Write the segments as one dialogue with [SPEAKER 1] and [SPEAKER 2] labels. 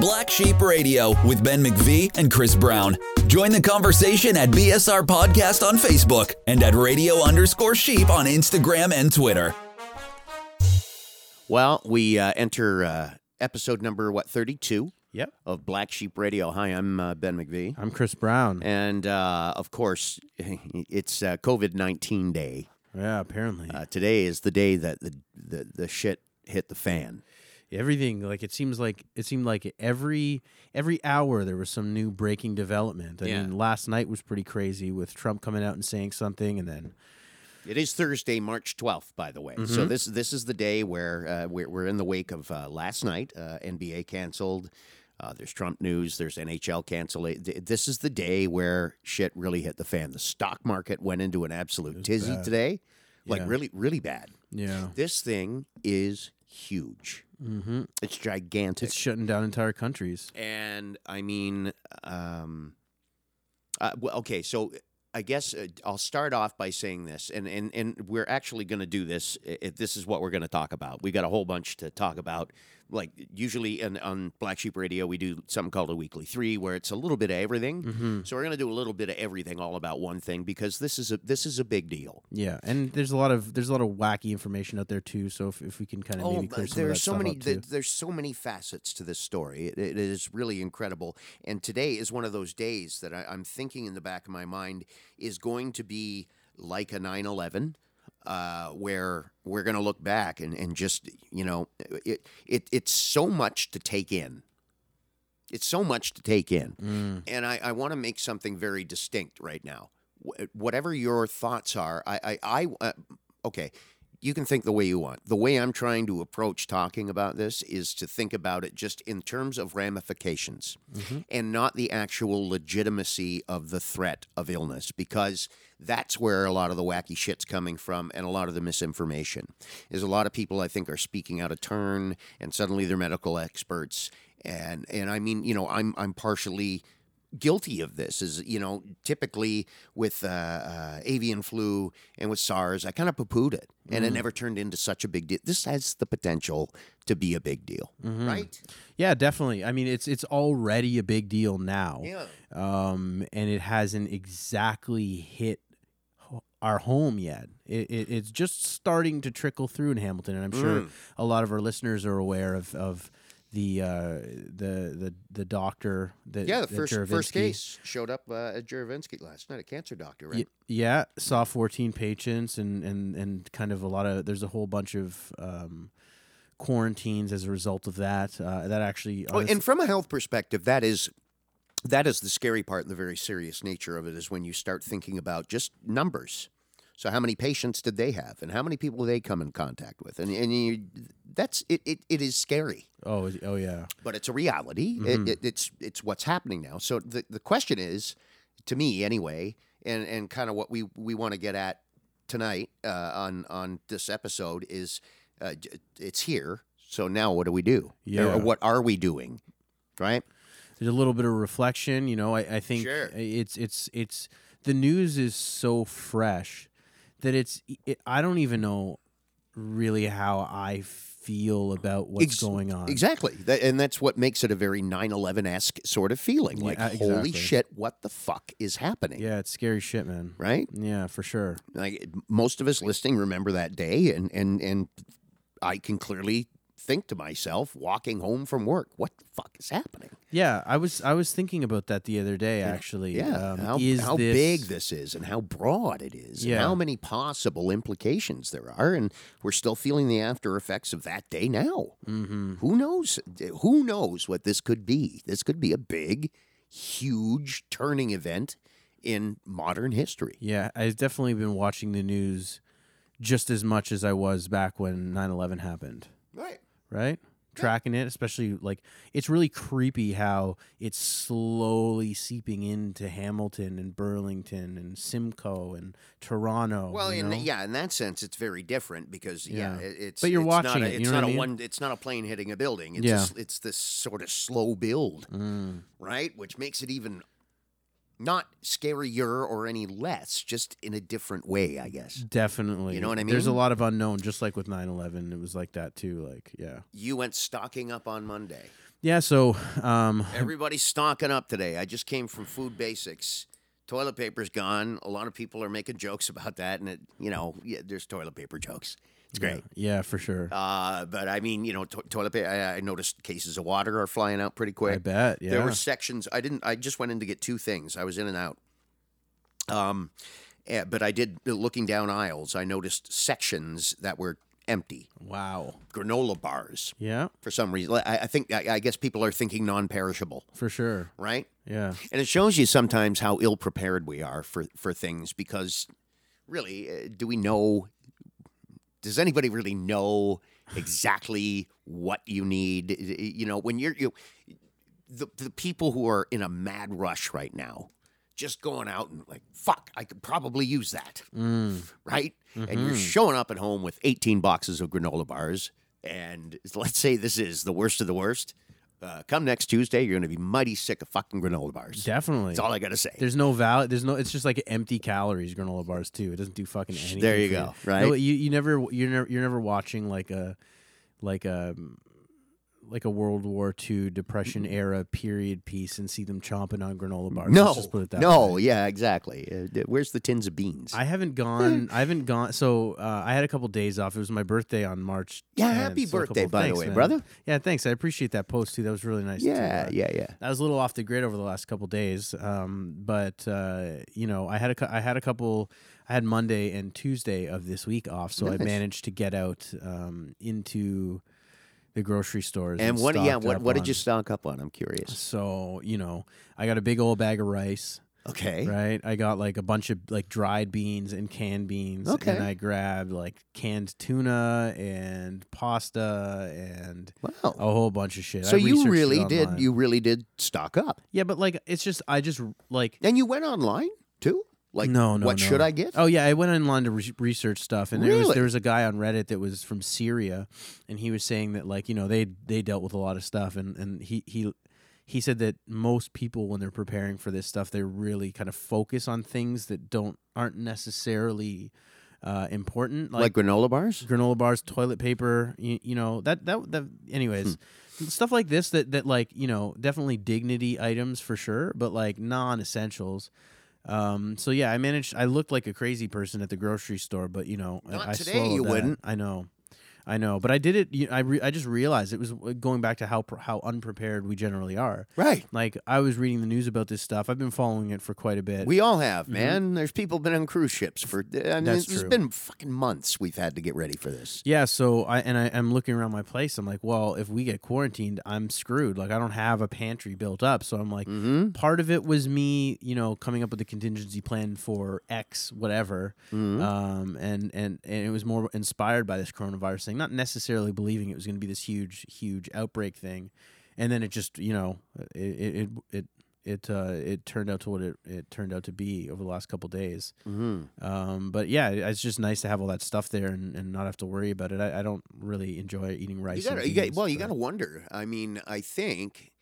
[SPEAKER 1] Black Sheep Radio with Ben McVee and Chris Brown. Join the conversation at BSR Podcast on Facebook and at radio underscore sheep on Instagram and Twitter.
[SPEAKER 2] Well, we uh, enter uh, episode number what thirty-two
[SPEAKER 3] Yep.
[SPEAKER 2] of Black Sheep Radio. Hi, I'm uh, Ben McVee,
[SPEAKER 3] I'm Chris Brown.
[SPEAKER 2] and uh, of course, it's uh, COVID nineteen day.
[SPEAKER 3] yeah, apparently.
[SPEAKER 2] Uh, today is the day that the, the the shit hit the fan.
[SPEAKER 3] Everything like it seems like it seemed like every every hour there was some new breaking development. I
[SPEAKER 2] Yeah.
[SPEAKER 3] mean, last night was pretty crazy with Trump coming out and saying something and then
[SPEAKER 2] It is Thursday, March twelfth, by the way. So
[SPEAKER 3] Mm-hmm.
[SPEAKER 2] this this is the day where uh, we're, we're in the wake of uh, last night. Uh, NBA canceled. Uh, there's Trump news. There's NHL cancel. This is the day where shit really hit the fan. The stock market went into an absolute tizzy today, like
[SPEAKER 3] Yeah.
[SPEAKER 2] really, really bad.
[SPEAKER 3] yeah.
[SPEAKER 2] This thing is huge.
[SPEAKER 3] Mm-hmm.
[SPEAKER 2] It's gigantic
[SPEAKER 3] It's shutting down entire countries.
[SPEAKER 2] and I mean, um, uh, well, okay, so I guess uh, I'll start off by saying this, and and and we're actually going to do this. i- If this is what we're going to talk about, we got a whole bunch to talk about. Like usually, in, on Black Sheep Radio, we do something called a weekly three, where it's a little bit of everything.
[SPEAKER 3] Mm-hmm.
[SPEAKER 2] So we're going to do a little bit of everything, all about one thing, because this is a this is a big deal.
[SPEAKER 3] Yeah, and there's a lot of there's a lot of wacky information out there too. So if, if we can kind of maybe
[SPEAKER 2] but
[SPEAKER 3] clear some
[SPEAKER 2] Oh, there
[SPEAKER 3] of
[SPEAKER 2] are
[SPEAKER 3] that
[SPEAKER 2] so
[SPEAKER 3] stuff
[SPEAKER 2] many
[SPEAKER 3] up,
[SPEAKER 2] th-
[SPEAKER 3] too.
[SPEAKER 2] there's so many facets to this story it, it is really incredible and today is one of those days that I, i'm thinking in the back of my mind is going to be like a 9-11 uh, where we're going to look back and, and just you know it, it it's so much to take in it's so much to take in
[SPEAKER 3] Mm.
[SPEAKER 2] and I, I want to make something very distinct right now. Wh- Whatever your thoughts are, I, I, I uh, okay, you can think the way you want. The way I'm trying to approach talking about this is to think about it just in terms of ramifications
[SPEAKER 3] Mhm.
[SPEAKER 2] and not the actual legitimacy of the threat of illness, because that's where a lot of the wacky shit's coming from and a lot of the misinformation. Is a lot of people I think are speaking out of turn, and suddenly they're medical experts, and and I mean, you know, I'm I'm partially guilty of this is you know typically with uh, uh, avian flu and with SARS I kind of poo-pooed it and it never turned into such a big deal this has the potential to be a big deal right
[SPEAKER 3] Yeah, definitely. I mean, it's it's already a big deal now.
[SPEAKER 2] yeah
[SPEAKER 3] um, and it hasn't exactly hit ho- our home yet. It, it, it's just starting to trickle through in Hamilton, and I'm sure
[SPEAKER 2] Mm.
[SPEAKER 3] a lot of our listeners are aware of of the uh, the the the doctor. That,
[SPEAKER 2] yeah the
[SPEAKER 3] that
[SPEAKER 2] first first
[SPEAKER 3] Jaravinsky-
[SPEAKER 2] case showed up uh, at Jaravinsky last night a cancer doctor right
[SPEAKER 3] Y- yeah, saw 14 patients and and and kind of a lot of there's a whole bunch of um, quarantines as a result of that. Uh, that actually,
[SPEAKER 2] Well,
[SPEAKER 3] honest-
[SPEAKER 2] Oh, and from a health perspective, that is that is the scary part and the very serious nature of it is when you start thinking about just numbers. So how many patients did they have, and how many people they come in contact with, and and you, that's it, it. It is scary,
[SPEAKER 3] oh is- oh yeah,
[SPEAKER 2] but it's a reality. It,
[SPEAKER 3] Mm-hmm.
[SPEAKER 2] it, it's it's what's happening now. So the the question is, to me anyway, and and kind of what we we want to get at tonight uh, on on this episode is, uh, j- it's here. So now what do we do?
[SPEAKER 3] Yeah.
[SPEAKER 2] Or what are we doing? Right.
[SPEAKER 3] there's a little bit of reflection. You know, I, I think
[SPEAKER 2] Sure.
[SPEAKER 3] it's it's it's the news is so fresh that it's it, I don't even know really how I feel about what's
[SPEAKER 2] Ex-
[SPEAKER 3] going on.
[SPEAKER 2] Exactly. That, and that's what makes it a very 9 11 esque sort of feeling.
[SPEAKER 3] Yeah,
[SPEAKER 2] Like,
[SPEAKER 3] uh,
[SPEAKER 2] holy
[SPEAKER 3] exactly.
[SPEAKER 2] shit, what the fuck is happening?
[SPEAKER 3] Yeah, it's scary shit, man.
[SPEAKER 2] Right?
[SPEAKER 3] Yeah, for sure.
[SPEAKER 2] Like, most of us listening remember that day. And, and, and I can clearly think to myself, walking home from work, what the fuck is happening?
[SPEAKER 3] Yeah, I was I was thinking about that the other day actually.
[SPEAKER 2] Yeah.
[SPEAKER 3] Um,
[SPEAKER 2] how
[SPEAKER 3] is
[SPEAKER 2] how
[SPEAKER 3] this-
[SPEAKER 2] big this is and how broad it is and
[SPEAKER 3] Yeah.
[SPEAKER 2] how many possible implications there are. And we're still feeling the after effects of that day now.
[SPEAKER 3] Mhm.
[SPEAKER 2] Who knows? Who knows what this could be? This could be a big, huge turning event in modern history.
[SPEAKER 3] Yeah, I've definitely been watching the news just as much as I was back when 9/11 happened.
[SPEAKER 2] Right.
[SPEAKER 3] right? Tracking it, especially like it's really creepy how it's slowly seeping into Hamilton and Burlington and Simcoe and Toronto.
[SPEAKER 2] Well,
[SPEAKER 3] you
[SPEAKER 2] in,
[SPEAKER 3] know?
[SPEAKER 2] yeah, in that sense, it's very different because yeah,
[SPEAKER 3] Yeah.
[SPEAKER 2] it- it's
[SPEAKER 3] But you're
[SPEAKER 2] it's
[SPEAKER 3] watching
[SPEAKER 2] Not a,
[SPEAKER 3] it, you
[SPEAKER 2] it's
[SPEAKER 3] know what
[SPEAKER 2] not
[SPEAKER 3] I
[SPEAKER 2] a
[SPEAKER 3] mean?
[SPEAKER 2] one. It's not a plane hitting a building. It's
[SPEAKER 3] Yeah.
[SPEAKER 2] just- it's this sort of slow build,
[SPEAKER 3] Mm.
[SPEAKER 2] right? Which makes it even not scarier or any less, just in a different way, I guess.
[SPEAKER 3] definitely.
[SPEAKER 2] You know what I
[SPEAKER 3] There's a
[SPEAKER 2] mean?
[SPEAKER 3] lot of unknown, just like with 9/11, it was like that too. Like, yeah,
[SPEAKER 2] You went stocking up on Monday.
[SPEAKER 3] Yeah, so um,
[SPEAKER 2] Everybody's stocking up today. I just came from Food Basics. Toilet paper's gone. A lot of people are making jokes about that, and it, you know, yeah, there's toilet paper jokes. It's great.
[SPEAKER 3] yeah, for sure.
[SPEAKER 2] Uh, but I mean, you know, to- toilet paper. I, I noticed cases of water are flying out pretty quick.
[SPEAKER 3] I bet. Yeah.
[SPEAKER 2] There were sections. I didn't. I just went in to get two things. I was in and out. Um, eh, but I did looking down aisles. I noticed sections that were empty.
[SPEAKER 3] wow.
[SPEAKER 2] Granola bars
[SPEAKER 3] Yeah,
[SPEAKER 2] for some reason. I, I think. I, I guess people are thinking non-perishable,
[SPEAKER 3] for sure.
[SPEAKER 2] right?
[SPEAKER 3] Yeah.
[SPEAKER 2] And it shows you sometimes how ill prepared we are for for things because really, eh, do we know? Does anybody really know exactly what you need? Y- y- You know, when you're you, the the people who are in a mad rush right now, just going out and like, fuck, I could probably use that,
[SPEAKER 3] Mm. Mm-hmm.
[SPEAKER 2] right? And you're showing up at home with 18 boxes of granola bars, and let's say this is the worst of the worst. Uh, come next Tuesday, you're going to be mighty sick of fucking granola bars.
[SPEAKER 3] Definitely.
[SPEAKER 2] That's all I gotta say.
[SPEAKER 3] There's no val. There's no. It's just like empty calories granola bars too. It doesn't do fucking anything.
[SPEAKER 2] there you
[SPEAKER 3] for
[SPEAKER 2] go,
[SPEAKER 3] No,
[SPEAKER 2] right?
[SPEAKER 3] you you never you're never you're never watching like a like a like a World War II Depression era period piece and see them chomping on granola bars.
[SPEAKER 2] no,
[SPEAKER 3] Let's just put it that
[SPEAKER 2] no,
[SPEAKER 3] way.
[SPEAKER 2] yeah, exactly. Uh, d- where's the tins of beans?
[SPEAKER 3] I haven't gone. I haven't gone. So uh, I had a couple days off. It was my birthday on March.
[SPEAKER 2] Yeah,
[SPEAKER 3] 10th,
[SPEAKER 2] happy
[SPEAKER 3] so a couple-
[SPEAKER 2] birthday, by the
[SPEAKER 3] thanks,
[SPEAKER 2] way,
[SPEAKER 3] man.
[SPEAKER 2] brother.
[SPEAKER 3] Yeah, thanks. I appreciate that post too. That was really nice. to,
[SPEAKER 2] yeah,
[SPEAKER 3] uh,
[SPEAKER 2] yeah, yeah.
[SPEAKER 3] I was a little off the grid over the last couple days, um, but uh, you know, I had a cou- I had a couple. I had Monday and Tuesday of this week off, so I
[SPEAKER 2] Nice.
[SPEAKER 3] managed to get out um, into the grocery stores.
[SPEAKER 2] And what? Yeah,
[SPEAKER 3] stocked
[SPEAKER 2] what?
[SPEAKER 3] up
[SPEAKER 2] What did
[SPEAKER 3] on-
[SPEAKER 2] you stock up on? I'm curious.
[SPEAKER 3] So you know, I got a big old bag of rice.
[SPEAKER 2] Okay.
[SPEAKER 3] Right, I got like a bunch of like dried beans and canned beans,
[SPEAKER 2] Okay.
[SPEAKER 3] and I grabbed like canned tuna and pasta and
[SPEAKER 2] Wow.
[SPEAKER 3] a whole bunch of shit.
[SPEAKER 2] so
[SPEAKER 3] Oh, I
[SPEAKER 2] you
[SPEAKER 3] researched it
[SPEAKER 2] really did.
[SPEAKER 3] online.
[SPEAKER 2] You really did stock up,
[SPEAKER 3] yeah, but like it's just I just like
[SPEAKER 2] and you went online too. Like,
[SPEAKER 3] No, no,
[SPEAKER 2] What
[SPEAKER 3] no.
[SPEAKER 2] should I get?
[SPEAKER 3] Oh yeah, I went online to re- research stuff, and there was
[SPEAKER 2] Really?
[SPEAKER 3] there was a guy on Reddit that was from Syria, and he was saying that like you know they they dealt with a lot of stuff, and and he he he said that most people when they're preparing for this stuff, they really kind of focus on things that don't aren't necessarily uh, important,
[SPEAKER 2] like, granola bars.
[SPEAKER 3] granola bars, toilet paper, you, you know, that that that anyways,
[SPEAKER 2] Hmm.
[SPEAKER 3] stuff like this that that like, you know, definitely dignity items for sure, but like non-essentials. Um so yeah, I managed I looked like a crazy person at the grocery store, but you know, I-
[SPEAKER 2] Not
[SPEAKER 3] I
[SPEAKER 2] today,
[SPEAKER 3] swallowed
[SPEAKER 2] you
[SPEAKER 3] that.
[SPEAKER 2] wouldn't.
[SPEAKER 3] I know. I know, but I did it. You I re, I just realized it was uh, going back to how pr- how unprepared we generally are.
[SPEAKER 2] Right.
[SPEAKER 3] Like I was reading the news about this stuff. I've been following it for quite a bit.
[SPEAKER 2] We all have, man. There's people been on cruise ships for. I mean,
[SPEAKER 3] That's
[SPEAKER 2] it's
[SPEAKER 3] true.
[SPEAKER 2] been fucking months. We've had to get ready for this.
[SPEAKER 3] Yeah, so I and I, I'm looking around my place. I'm like, well, if we get quarantined, I'm screwed. Like I don't have a pantry built up. So I'm like,
[SPEAKER 2] Mm-hmm.
[SPEAKER 3] part of it was me, you know, coming up with a contingency plan for X whatever. Um, and, and and it was more inspired by this coronavirus thing, not necessarily believing it was going to be this huge, huge outbreak thing. And then it just, you know, it it it. it it uh, it turned out to what it, it turned out to be over the last couple days.
[SPEAKER 2] Mm-hmm.
[SPEAKER 3] Um, but yeah, it- it's just nice to have all that stuff there and, and not have to worry about it. I, I don't really enjoy eating rice.
[SPEAKER 2] You gotta,
[SPEAKER 3] and
[SPEAKER 2] you got,
[SPEAKER 3] beans,
[SPEAKER 2] well, you
[SPEAKER 3] but-
[SPEAKER 2] got to wonder. I mean, I think,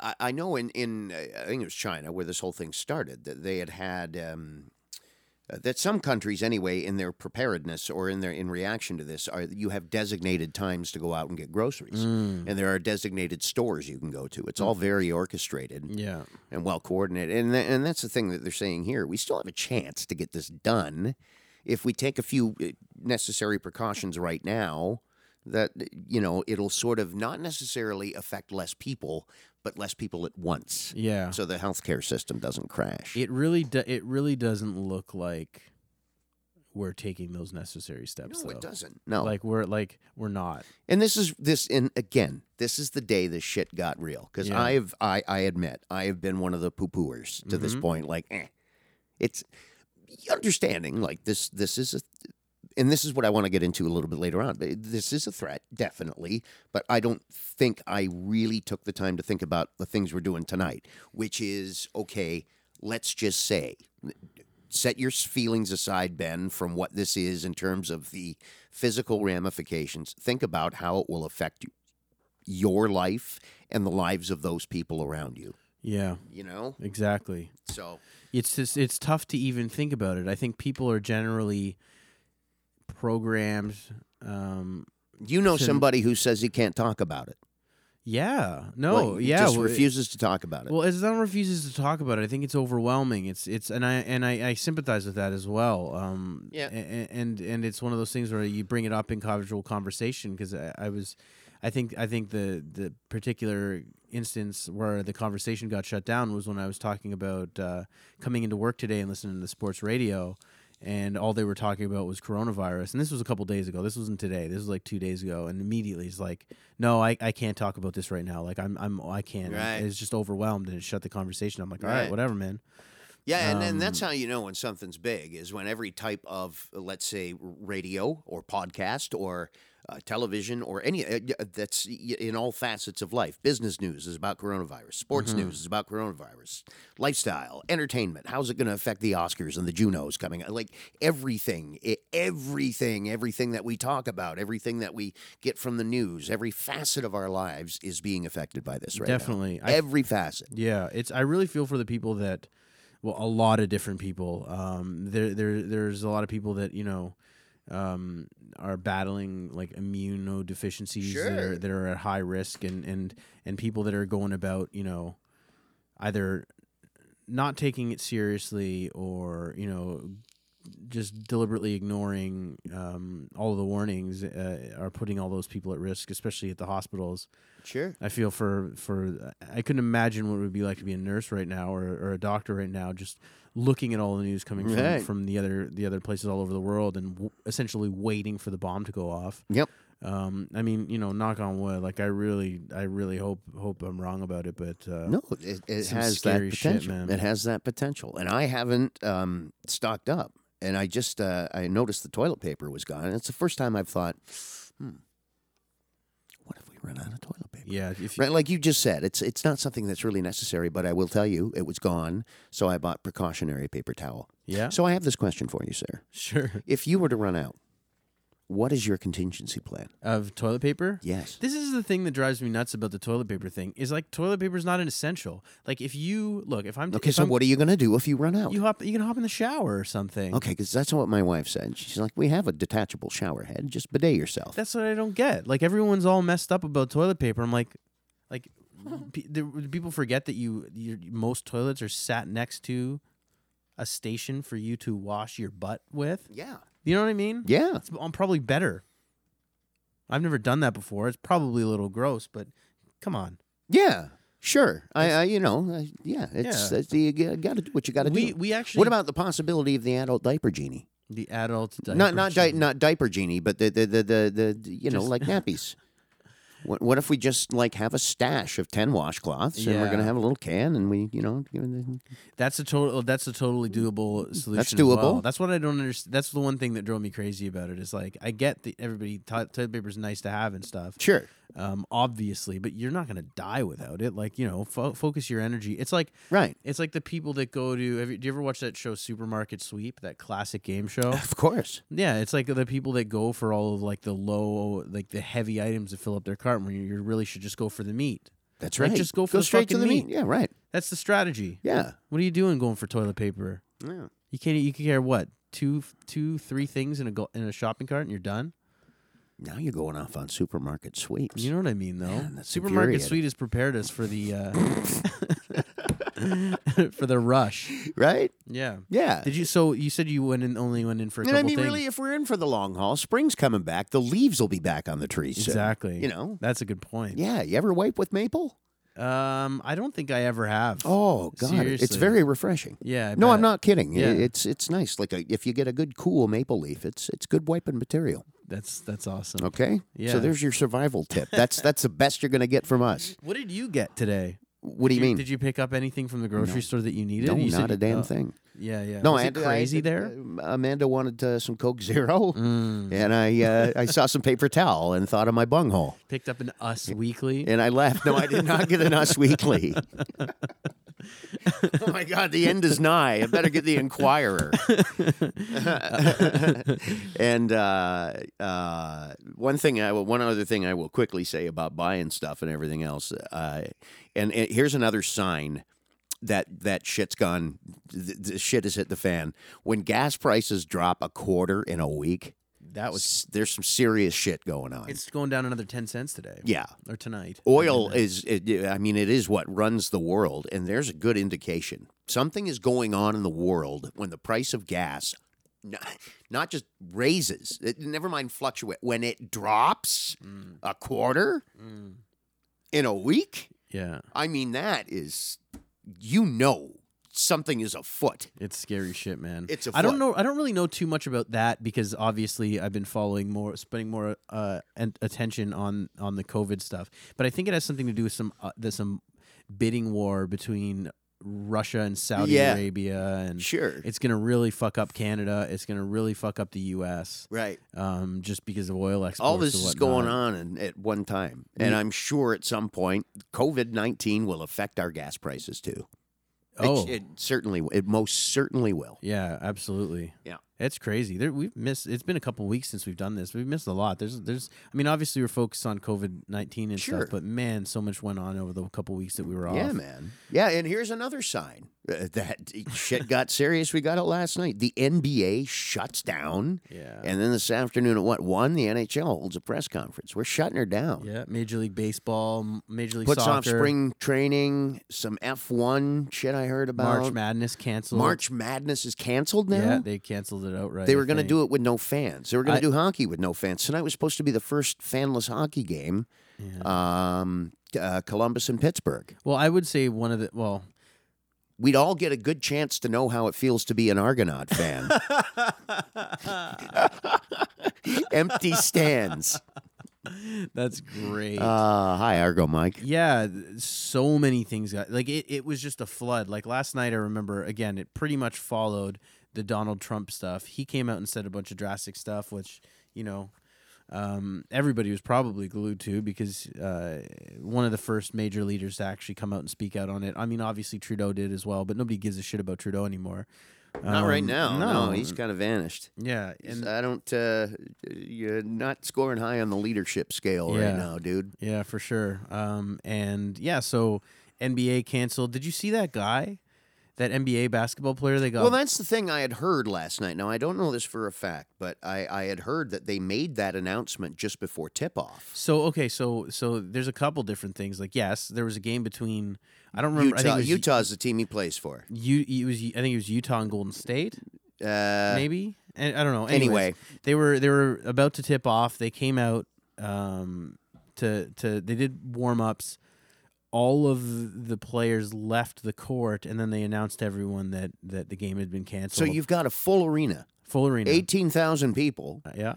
[SPEAKER 2] I, I know in in uh, I think it was China where this whole thing started that they had had um, uh, that some countries anyway in their preparedness or in their in reaction to this are you have designated times to go out and get groceries.
[SPEAKER 3] Mm,
[SPEAKER 2] And there are designated stores you can go to. It's all very orchestrated
[SPEAKER 3] yeah,
[SPEAKER 2] and well coordinated. And, tha- and that's the thing that they're saying here. We still have a chance to get this done if we take a few uh, necessary precautions right now that uh, you know it'll sort of not necessarily affect less people but less people at once
[SPEAKER 3] yeah.
[SPEAKER 2] so the healthcare system doesn't crash
[SPEAKER 3] It really do, it really doesn't look like we're taking those necessary steps.
[SPEAKER 2] no
[SPEAKER 3] though.
[SPEAKER 2] it doesn't no
[SPEAKER 3] Like we're like we're not.
[SPEAKER 2] and this is this and again this is the day this shit got real because
[SPEAKER 3] Yeah.
[SPEAKER 2] i've i i admit i have been one of the poo-pooers to this
[SPEAKER 3] Mhm.
[SPEAKER 2] point like eh. it's understanding like this this is a and this is what i want to get into a little bit later on but this is a threat definitely but i don't think i really took the time to think about the things we're doing tonight which is okay let's just say set your feelings aside ben from what this is in terms of the physical ramifications think about how it will affect you, your life and the lives of those people around you
[SPEAKER 3] Yeah,
[SPEAKER 2] you know
[SPEAKER 3] exactly.
[SPEAKER 2] so
[SPEAKER 3] It's just it's tough to even think about it. I think people are generally programmed. Um,
[SPEAKER 2] you know
[SPEAKER 3] Shouldn't-
[SPEAKER 2] somebody who says he can't talk about it
[SPEAKER 3] Yeah. No.
[SPEAKER 2] Like, he
[SPEAKER 3] Oh, yeah.
[SPEAKER 2] just
[SPEAKER 3] well, it-
[SPEAKER 2] refuses to talk about it.
[SPEAKER 3] Well, as Don refuses to talk about it, I think it's overwhelming. It's it's and I and I, I sympathize with that as well. Um,
[SPEAKER 2] Yeah.
[SPEAKER 3] a- a- And, and it's one of those things where you bring it up in casual conversation because I, I was, I think I think the the particular instance where the conversation got shut down was when I was talking about uh, coming into work today and listening to the sports radio. And all they were talking about was coronavirus. And this was a couple days ago. This wasn't today. This was like two days ago. And immediately it's like, no, I, I can't talk about this right now. Like I'm I'm I can't.
[SPEAKER 2] Right.
[SPEAKER 3] It's just overwhelmed and it shut the conversation. I'm like, all right,
[SPEAKER 2] Right.
[SPEAKER 3] whatever, man.
[SPEAKER 2] Yeah, and, and
[SPEAKER 3] Um
[SPEAKER 2] that's how you know when something's big is when every type of, uh, let's say, r- radio or podcast or uh, television or any uh, y- that's y- in all facets of life. Business news is about coronavirus. Sports
[SPEAKER 3] Mm-hmm.
[SPEAKER 2] news is about coronavirus. Lifestyle, entertainment. How's it going to affect the Oscars and the Junos coming? up? Like everything, i- everything, everything that we talk about, everything that we get from the news, every facet of our lives is being affected by this right now.
[SPEAKER 3] Definitely. I-
[SPEAKER 2] Every facet.
[SPEAKER 3] Yeah, it's. I really feel for the people that, well, a lot of different people. Um, there, there, there's a lot of people that you know, um, are battling like immunodeficiencies that
[SPEAKER 2] Sure.
[SPEAKER 3] are that are at high risk, and and and people that are going about you know, either not taking it seriously or you know just deliberately ignoring um, all of the warnings uh, are putting all those people at risk especially at the hospitals
[SPEAKER 2] Sure.
[SPEAKER 3] I feel for for I couldn't imagine what it would be like to be a nurse right now or, or a doctor right now, just looking at all the news coming
[SPEAKER 2] Right.
[SPEAKER 3] from, from the other the other places all over the world and w- essentially waiting for the bomb to go off.
[SPEAKER 2] Yep.
[SPEAKER 3] Um, I mean, you know, knock on wood. Like I really, I really hope hope I'm wrong about it, but uh,
[SPEAKER 2] No, it, it
[SPEAKER 3] some
[SPEAKER 2] has that
[SPEAKER 3] scary shit,
[SPEAKER 2] potential.
[SPEAKER 3] man.
[SPEAKER 2] It has that potential, and I haven't um, stocked up. And I just uh, I noticed the toilet paper was gone. And it's the first time I've thought, hmm, what if we run out of toilet paper?
[SPEAKER 3] yeah, if you,
[SPEAKER 2] Right, like you just said, it's it's not something that's really necessary. But I will tell you, it was gone, so I bought precautionary paper towel.
[SPEAKER 3] yeah,
[SPEAKER 2] So I have this question for you, sir.
[SPEAKER 3] sure.
[SPEAKER 2] If you were to run out, what is your contingency plan?
[SPEAKER 3] Of toilet paper.
[SPEAKER 2] Yes.
[SPEAKER 3] This is the thing that drives me nuts about the toilet paper thing. Is like toilet paper is not an essential. Like if you look, if I'm
[SPEAKER 2] Okay,
[SPEAKER 3] if
[SPEAKER 2] so
[SPEAKER 3] I'm-
[SPEAKER 2] what are you going to do if you run out?
[SPEAKER 3] you hop, you can hop in the shower or something.
[SPEAKER 2] Okay, because that's what my wife said. She's like, we have a detachable shower head. Just bidet yourself.
[SPEAKER 3] That's what I don't get. Like everyone's all messed up about toilet paper. I'm like, like pe- the, people forget that you your, most toilets are sat next to a station for you to wash your butt with.
[SPEAKER 2] yeah.
[SPEAKER 3] You know what I mean?
[SPEAKER 2] Yeah.
[SPEAKER 3] It's um, probably better. I've never done that before. It's probably a little gross, but come on.
[SPEAKER 2] Yeah. Sure. I, I you know, I, yeah. It's,
[SPEAKER 3] Yeah.
[SPEAKER 2] it's- you got to do what you got to
[SPEAKER 3] We
[SPEAKER 2] do.
[SPEAKER 3] we actually
[SPEAKER 2] what about the possibility of the adult diaper genie?
[SPEAKER 3] the adult
[SPEAKER 2] not not di-
[SPEAKER 3] diaper
[SPEAKER 2] not diaper genie, but the the the the, the, the you know
[SPEAKER 3] Just-
[SPEAKER 2] like nappies. What, what if we just like have a stash of ten washcloths and we're
[SPEAKER 3] Yeah.
[SPEAKER 2] gonna have a little can and we you know give it the-
[SPEAKER 3] That's a total. That's a totally doable solution. as
[SPEAKER 2] doable.
[SPEAKER 3] well. That's what I don't understand. That's the one thing that drove me crazy about it. Is like I get that everybody to- toilet paper is nice to have and stuff.
[SPEAKER 2] sure
[SPEAKER 3] Um, obviously, but you're not gonna die without it. Like you know, fo- focus your energy. It's like
[SPEAKER 2] right
[SPEAKER 3] it's like the people that go to. Have you, do you ever watch that show Supermarket Sweep? That classic game show.
[SPEAKER 2] of course
[SPEAKER 3] Yeah, it's like the people that go for all of like the low, like the heavy items to fill up their cart. When you, you really should just go for the meat.
[SPEAKER 2] that's
[SPEAKER 3] Like,
[SPEAKER 2] right
[SPEAKER 3] just go for the
[SPEAKER 2] straight to the
[SPEAKER 3] fucking
[SPEAKER 2] meat.
[SPEAKER 3] meat.
[SPEAKER 2] yeah right
[SPEAKER 3] That's the strategy.
[SPEAKER 2] yeah
[SPEAKER 3] What are you doing going for toilet paper?
[SPEAKER 2] yeah
[SPEAKER 3] You can't. e, You can care what two, two, three things in a go- in a shopping cart, and you're done.
[SPEAKER 2] Now you're going off on supermarket sweeps.
[SPEAKER 3] You know what I mean, though.
[SPEAKER 2] Man, that's
[SPEAKER 3] Supermarket
[SPEAKER 2] infuriating.
[SPEAKER 3] Suite has prepared us for the uh, for the rush.
[SPEAKER 2] right?
[SPEAKER 3] Yeah.
[SPEAKER 2] Yeah.
[SPEAKER 3] Did you? So you said you went in only went in for a
[SPEAKER 2] and
[SPEAKER 3] couple
[SPEAKER 2] I mean,
[SPEAKER 3] things.
[SPEAKER 2] really, if we're in for the long haul, spring's coming back. The leaves will be back on the trees. soon.
[SPEAKER 3] exactly.
[SPEAKER 2] You know?
[SPEAKER 3] That's a good point.
[SPEAKER 2] Yeah. You ever wipe with maple?
[SPEAKER 3] Um, I don't think I ever have.
[SPEAKER 2] Oh God, it's
[SPEAKER 3] Seriously.
[SPEAKER 2] very refreshing.
[SPEAKER 3] Yeah. I
[SPEAKER 2] no, I'm
[SPEAKER 3] bet.
[SPEAKER 2] not kidding. I-
[SPEAKER 3] Yeah.
[SPEAKER 2] It's it's nice. Like a, if you get a good cool maple leaf, it's it's good wiping material.
[SPEAKER 3] That's that's awesome.
[SPEAKER 2] Okay.
[SPEAKER 3] Yeah.
[SPEAKER 2] So there's your survival tip. That's that's the best you're gonna get from us.
[SPEAKER 3] What did you get today?
[SPEAKER 2] What do you
[SPEAKER 3] Did
[SPEAKER 2] mean?
[SPEAKER 3] Did you pick up anything from the grocery store that you needed?
[SPEAKER 2] no,
[SPEAKER 3] You said
[SPEAKER 2] not a
[SPEAKER 3] you-
[SPEAKER 2] damn
[SPEAKER 3] oh,
[SPEAKER 2] thing.
[SPEAKER 3] Yeah, yeah.
[SPEAKER 2] No,
[SPEAKER 3] Was
[SPEAKER 2] I
[SPEAKER 3] it
[SPEAKER 2] had to- I had
[SPEAKER 3] crazy
[SPEAKER 2] to-
[SPEAKER 3] there.
[SPEAKER 2] uh, Amanda wanted uh, some Coke Zero.
[SPEAKER 3] Mm.
[SPEAKER 2] and I uh, I saw some paper towel and thought of my bunghole.
[SPEAKER 3] Picked up an Us Weekly.
[SPEAKER 2] And I laughed. No, I did not get an Us Weekly. oh my God, the end is nigh. I better get the Inquirer. and uh, uh, one thing I will, one other thing I will quickly say about buying stuff and everything else. Uh, and it, here's another sign that that shit's gone. The, the shit has hit the fan. When gas prices drop a quarter in a week,
[SPEAKER 3] that was
[SPEAKER 2] S- There's some serious shit going on.
[SPEAKER 3] it's going down another 10 cents today
[SPEAKER 2] yeah.
[SPEAKER 3] or tonight.
[SPEAKER 2] Oil
[SPEAKER 3] And, uh,
[SPEAKER 2] is, it, I mean, it is what runs the world, and there's a good indication. Something is going on in the world when the price of gas n- not just raises, it, never mind fluctuate, when it drops
[SPEAKER 3] mm,
[SPEAKER 2] a quarter
[SPEAKER 3] mm.
[SPEAKER 2] in a week,
[SPEAKER 3] yeah,
[SPEAKER 2] I mean, that is, you know, something is afoot.
[SPEAKER 3] it's scary shit, man.
[SPEAKER 2] It's afoot.
[SPEAKER 3] I don't know. I don't really know too much about that because obviously I've been following more, spending more uh, and attention on on the COVID stuff. But I think it has something to do with some uh, there's some bidding war between Russia and Saudi
[SPEAKER 2] Yeah.
[SPEAKER 3] Arabia, and
[SPEAKER 2] Sure.
[SPEAKER 3] it's gonna really fuck up Canada. It's gonna really fuck up the U.S.
[SPEAKER 2] Right.
[SPEAKER 3] Um, just because of oil exports.
[SPEAKER 2] All
[SPEAKER 3] and
[SPEAKER 2] this is going
[SPEAKER 3] whatnot.
[SPEAKER 2] on in, at one time. And
[SPEAKER 3] Yeah.
[SPEAKER 2] I'm sure at some point, COVID 19 will affect our gas prices too.
[SPEAKER 3] Oh,
[SPEAKER 2] It, it certainly, it most certainly will.
[SPEAKER 3] Yeah, absolutely.
[SPEAKER 2] Yeah.
[SPEAKER 3] it's crazy. There, we've missed. It's been a couple weeks since we've done this. We've missed a lot. There's, there's. I mean, obviously we're focused on COVID nineteen and
[SPEAKER 2] Sure.
[SPEAKER 3] stuff, but man, so much went on over the couple weeks that we were off.
[SPEAKER 2] Yeah, man. Yeah, and here's another sign uh, that shit got serious. We got it last night. The NBA shuts down,
[SPEAKER 3] Yeah.
[SPEAKER 2] and then this afternoon at what one, the NHL holds a press conference. We're shutting her down.
[SPEAKER 3] yeah. Major League Baseball, m- Major League
[SPEAKER 2] Puts
[SPEAKER 3] Soccer,
[SPEAKER 2] off spring training. Some F one shit I heard about.
[SPEAKER 3] March Madness canceled.
[SPEAKER 2] March Madness is canceled now.
[SPEAKER 3] Yeah, they canceled it outright.
[SPEAKER 2] They
[SPEAKER 3] I
[SPEAKER 2] were going to
[SPEAKER 3] think.
[SPEAKER 2] do it with no fans. They were going
[SPEAKER 3] I-
[SPEAKER 2] to do hockey with no fans. Tonight was supposed to be the first fanless hockey game,
[SPEAKER 3] Yeah.
[SPEAKER 2] um, uh, Columbus and Pittsburgh.
[SPEAKER 3] Well, I would say one of the well,
[SPEAKER 2] We'd all get a good chance to know how it feels to be an Argonaut fan. Empty stands.
[SPEAKER 3] that's great.
[SPEAKER 2] Uh, hi, Argo Mike.
[SPEAKER 3] Yeah, th- so many things got like it, it was just a flood. Like last night I remember again, it pretty much followed the Donald Trump stuff. He came out and said a bunch of drastic stuff which, you know, um, everybody was probably glued to because uh, one of the first major leaders to actually come out and speak out on it. I mean, obviously Trudeau did as well, but nobody gives a shit about Trudeau anymore.
[SPEAKER 2] Not right
[SPEAKER 3] Um,
[SPEAKER 2] now. No,
[SPEAKER 3] No,
[SPEAKER 2] he's kind of vanished.
[SPEAKER 3] yeah,
[SPEAKER 2] And
[SPEAKER 3] and
[SPEAKER 2] I don't. Uh, you're not scoring high on the leadership scale right
[SPEAKER 3] Yeah.
[SPEAKER 2] now, dude.
[SPEAKER 3] yeah, for sure. Um, and yeah, so NBA canceled. Did you see that guy? That NBA basketball player they got
[SPEAKER 2] Well, that's the thing I had heard last night. Now I don't know this for a fact, but I, I had heard that they made that announcement just before tip-off.
[SPEAKER 3] So okay, so so there's a couple different things. Like yes, there was a game between I don't remember. I think
[SPEAKER 2] Utah,
[SPEAKER 3] it was
[SPEAKER 2] Utah's the team he plays for.
[SPEAKER 3] U, it was I think it was Utah and Golden State,
[SPEAKER 2] Uh,
[SPEAKER 3] maybe. And I don't know. Anyways,
[SPEAKER 2] anyway,
[SPEAKER 3] they were they were about to tip off. They came out um, to to they did warm ups. All of the players left the court, and then they announced to everyone that that the game had been
[SPEAKER 2] so
[SPEAKER 3] canceled.
[SPEAKER 2] you've got a full arena,
[SPEAKER 3] full arena,
[SPEAKER 2] eighteen thousand people,
[SPEAKER 3] Uh, yeah,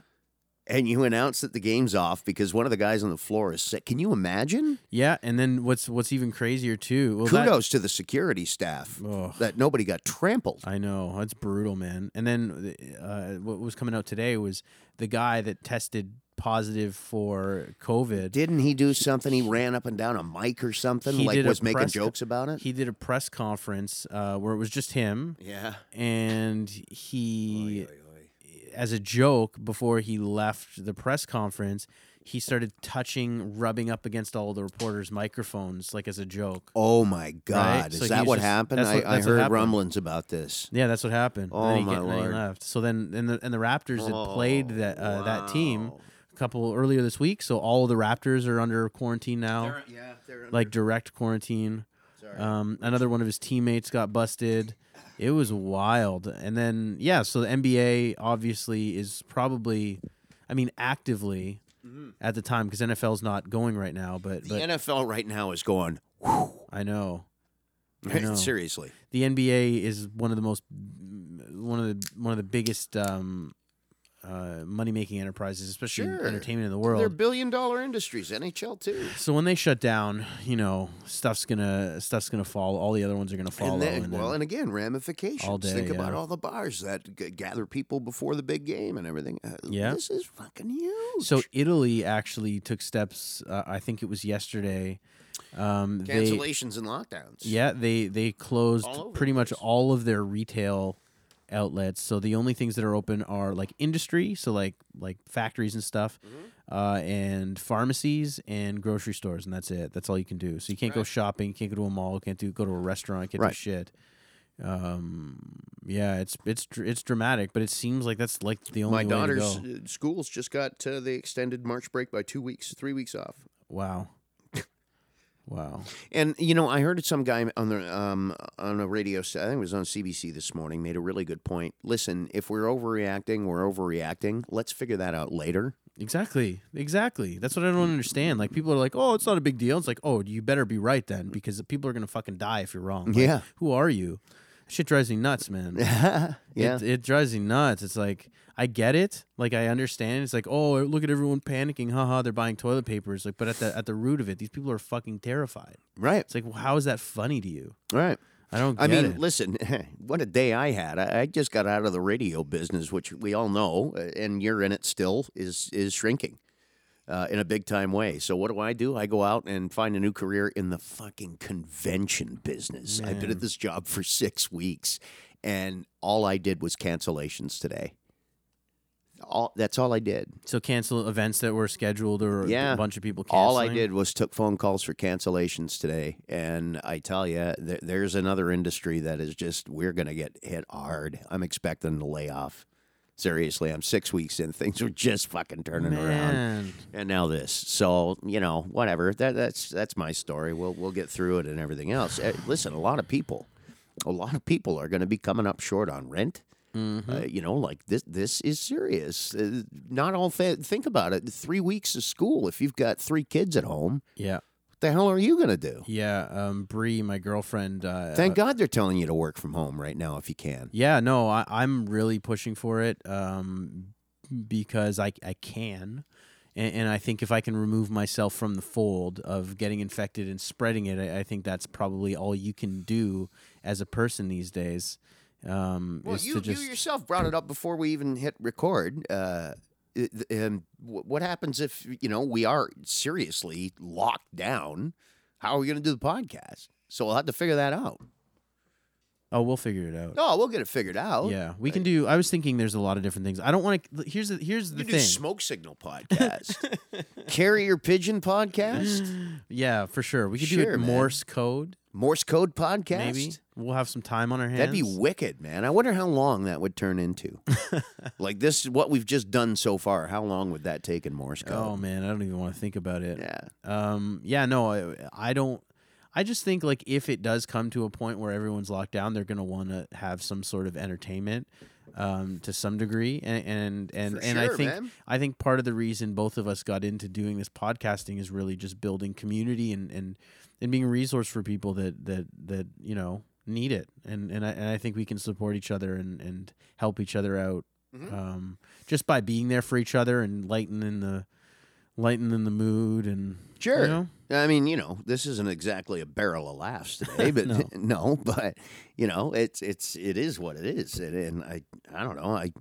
[SPEAKER 2] and you announce that the game's off because one of the guys on the floor is sick. Can you imagine?
[SPEAKER 3] yeah. And then what's what's even crazier too? Well, that- Oh.
[SPEAKER 2] Kudos to the security staff
[SPEAKER 3] Ugh.
[SPEAKER 2] that nobody got trampled.
[SPEAKER 3] I know that's brutal, man. And then uh, what was coming out today was the guy that tested positive for COVID.
[SPEAKER 2] Didn't he do something? He ran up and down a mic or something,
[SPEAKER 3] He
[SPEAKER 2] like
[SPEAKER 3] did a
[SPEAKER 2] was making
[SPEAKER 3] press co-
[SPEAKER 2] jokes about it.
[SPEAKER 3] He did a press conference uh, where it was just him,
[SPEAKER 2] yeah.
[SPEAKER 3] and he, as a joke, before he left the press conference, he started touching, rubbing up against all the reporters' microphones, like as a joke.
[SPEAKER 2] Oh my God!
[SPEAKER 3] Right?
[SPEAKER 2] Is
[SPEAKER 3] So
[SPEAKER 2] that
[SPEAKER 3] he's
[SPEAKER 2] what
[SPEAKER 3] just-
[SPEAKER 2] happened?
[SPEAKER 3] that's what-
[SPEAKER 2] I, I
[SPEAKER 3] that's what
[SPEAKER 2] heard
[SPEAKER 3] happened.
[SPEAKER 2] rumblings about this.
[SPEAKER 3] Yeah, that's what happened. And
[SPEAKER 2] Oh,
[SPEAKER 3] then he
[SPEAKER 2] my Oh,
[SPEAKER 3] and then he
[SPEAKER 2] Lord.
[SPEAKER 3] left. So then, and the and the Raptors that played that uh, that team a couple earlier this week. So all the Raptors are under quarantine now,
[SPEAKER 2] Yeah, they're
[SPEAKER 3] like direct quarantine.
[SPEAKER 2] Sorry.
[SPEAKER 3] Um, another one of his teammates got busted. It was wild. And then yeah, so the NBA obviously is probably, I mean, actively at the time because NFL's not going right now. But
[SPEAKER 2] Mm-hmm. the
[SPEAKER 3] but
[SPEAKER 2] NFL right now is going. Whew.
[SPEAKER 3] I know. I know.
[SPEAKER 2] Seriously,
[SPEAKER 3] the NBA is one of the most one of the one of the biggest um, uh, money making enterprises, especially in
[SPEAKER 2] Sure.
[SPEAKER 3] entertainment in the
[SPEAKER 2] they're
[SPEAKER 3] world.
[SPEAKER 2] billion dollar industries. NHL too.
[SPEAKER 3] So when they shut down, you know, stuff's gonna stuff's gonna fall. All the other ones are gonna follow.
[SPEAKER 2] And then,
[SPEAKER 3] and
[SPEAKER 2] well,
[SPEAKER 3] then-
[SPEAKER 2] and again, ramifications.
[SPEAKER 3] All day,
[SPEAKER 2] Think about
[SPEAKER 3] yeah.
[SPEAKER 2] all the bars that g- gather people before the big game and everything. Uh,
[SPEAKER 3] Yeah.
[SPEAKER 2] this is fucking huge.
[SPEAKER 3] so Italy actually took steps. Uh, I think it was yesterday. Um, they,
[SPEAKER 2] cancellations and lockdowns.
[SPEAKER 3] Yeah, they they closed
[SPEAKER 2] All over
[SPEAKER 3] pretty
[SPEAKER 2] the
[SPEAKER 3] much
[SPEAKER 2] place.
[SPEAKER 3] all of their retail outlets. So the only things that are open are like industry, so like like factories and stuff,
[SPEAKER 2] Mm-hmm.
[SPEAKER 3] uh, and pharmacies and grocery stores, and that's it. That's all you can do. So you can't go
[SPEAKER 2] Right.
[SPEAKER 3] shopping, can't go to a mall, can't do go to a restaurant, can't do
[SPEAKER 2] Right.
[SPEAKER 3] shit. Um, yeah, it's it's dr- it's dramatic, but it seems like that's like the only
[SPEAKER 2] My
[SPEAKER 3] way
[SPEAKER 2] daughter's
[SPEAKER 3] to go.
[SPEAKER 2] uh, school's just got uh, the extended March break by two weeks, three weeks off.
[SPEAKER 3] Wow, wow.
[SPEAKER 2] And you know, I heard some guy on the um, on a radio. st- I think it was on CBC this morning. Made a really good point. Listen, if we're overreacting, we're overreacting. Let's figure that out later.
[SPEAKER 3] Exactly. Exactly. That's what I don't understand. Like people are like, "Oh, it's not a big deal." It's like, "Oh, you better be right then because the people are going to fucking die if you're wrong." Like,
[SPEAKER 2] Yeah.
[SPEAKER 3] Who are you? Shit drives me nuts, man.
[SPEAKER 2] yeah,
[SPEAKER 3] It, it drives me nuts. It's like I get it. Like I understand. It's like, "Oh, look at everyone panicking. Haha, they're buying toilet paper." It's like, but at the at the root of it, these people are fucking terrified.
[SPEAKER 2] right,
[SPEAKER 3] It's like, well, how is that funny to you?
[SPEAKER 2] right.
[SPEAKER 3] I don't get
[SPEAKER 2] I mean,
[SPEAKER 3] it.
[SPEAKER 2] listen, what a day I had. I, I just got out of the radio business, which we all know, uh, and you're in it still, is is shrinking uh, in a big time way. So what do I do? I go out and find a new career in the fucking convention business. I've been at this job for six weeks, and all I did was cancellations today. All that's all I did.
[SPEAKER 3] so cancel events that were scheduled or
[SPEAKER 2] Yeah.
[SPEAKER 3] a bunch of people canceling.
[SPEAKER 2] All I did was took phone calls for cancellations today, and I tell you, th- there's another industry that is just we're going to get hit hard. I'm expecting to lay off. Seriously, I'm six weeks in. Things are just fucking turning around,
[SPEAKER 3] Man.
[SPEAKER 2] and now this. So you know, whatever. That, that's that's my story. We'll we'll get through it and everything else. Eh, Listen, a lot of people, a lot of people are going to be coming up short on rent. Uh, you know, like this. This is serious. Uh, not all. Th- think about it. Three weeks of school. If you've got three kids at home,
[SPEAKER 3] Yeah.
[SPEAKER 2] what the hell are you going to do?
[SPEAKER 3] Yeah, um, Bree, my girlfriend. Uh,
[SPEAKER 2] Thank God they're telling you to work from home right now if you can.
[SPEAKER 3] Yeah, no, I, I'm really pushing for it um, because I, I can. And, and I think if I can remove myself from the fold of getting infected and spreading it, I, I think that's probably all you can do as a person these days. Um,
[SPEAKER 2] Well,
[SPEAKER 3] is
[SPEAKER 2] you,
[SPEAKER 3] to just,
[SPEAKER 2] you yourself brought it up before we even hit record. Uh, it- th- and wh- what happens if you know we are seriously locked down? How are we going to do the podcast? So we'll have to figure that out.
[SPEAKER 3] oh, we'll figure it out.
[SPEAKER 2] No, we'll get it figured out.
[SPEAKER 3] yeah, we can do. I was thinking there's a lot of different things. I don't want to. Here's the here's the
[SPEAKER 2] You do
[SPEAKER 3] thing.
[SPEAKER 2] smoke signal podcast, carrier pigeon podcast,
[SPEAKER 3] yeah, for sure. We could do
[SPEAKER 2] Sure,
[SPEAKER 3] it
[SPEAKER 2] man.
[SPEAKER 3] Morse code.
[SPEAKER 2] Morse code podcast.
[SPEAKER 3] Maybe we'll have some time on our hands.
[SPEAKER 2] That'd be wicked, man. I wonder how long that would turn into. like this, what we've just done so far. How long would that take in Morse code?
[SPEAKER 3] Oh man, I don't even want to think about it.
[SPEAKER 2] Yeah.
[SPEAKER 3] Um. Yeah. No. I. I don't. I just think like if it does come to a point where everyone's locked down, they're gonna want to have some sort of entertainment, um, to some degree, and and and,
[SPEAKER 2] For
[SPEAKER 3] and I
[SPEAKER 2] sure,
[SPEAKER 3] think
[SPEAKER 2] man.
[SPEAKER 3] I think part of the reason both of us got into doing this podcasting is really just building community and and and being a resource for people that that that you know need it, and and I and I think we can support each other and and help each other out,
[SPEAKER 2] Mm-hmm.
[SPEAKER 3] um, just by being there for each other and lightening the lightening the mood and
[SPEAKER 2] Sure.
[SPEAKER 3] you know?
[SPEAKER 2] I mean, you know, this isn't exactly a barrel of laughs today, but no.
[SPEAKER 3] No.
[SPEAKER 2] but you know, it's it's it is what it is, and, and I I don't know, I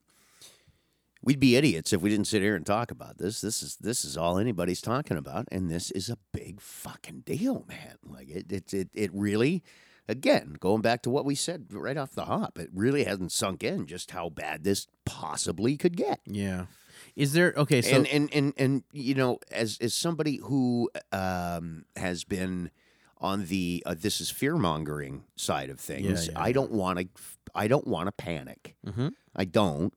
[SPEAKER 2] we'd be idiots if we didn't sit here and talk about this. This is this is all anybody's talking about, and this is a big fucking deal, man. Like it it it, it really. Again, going back to what we said right off the hop, it really hasn't sunk in just how bad this possibly could get
[SPEAKER 3] Yeah. Is there okay? So
[SPEAKER 2] and, and and and you know, as as somebody who um, has been on the uh, this is fear mongering side of things,
[SPEAKER 3] yeah,
[SPEAKER 2] I don't want to. I don't want to panic.
[SPEAKER 3] Mhm.
[SPEAKER 2] I don't.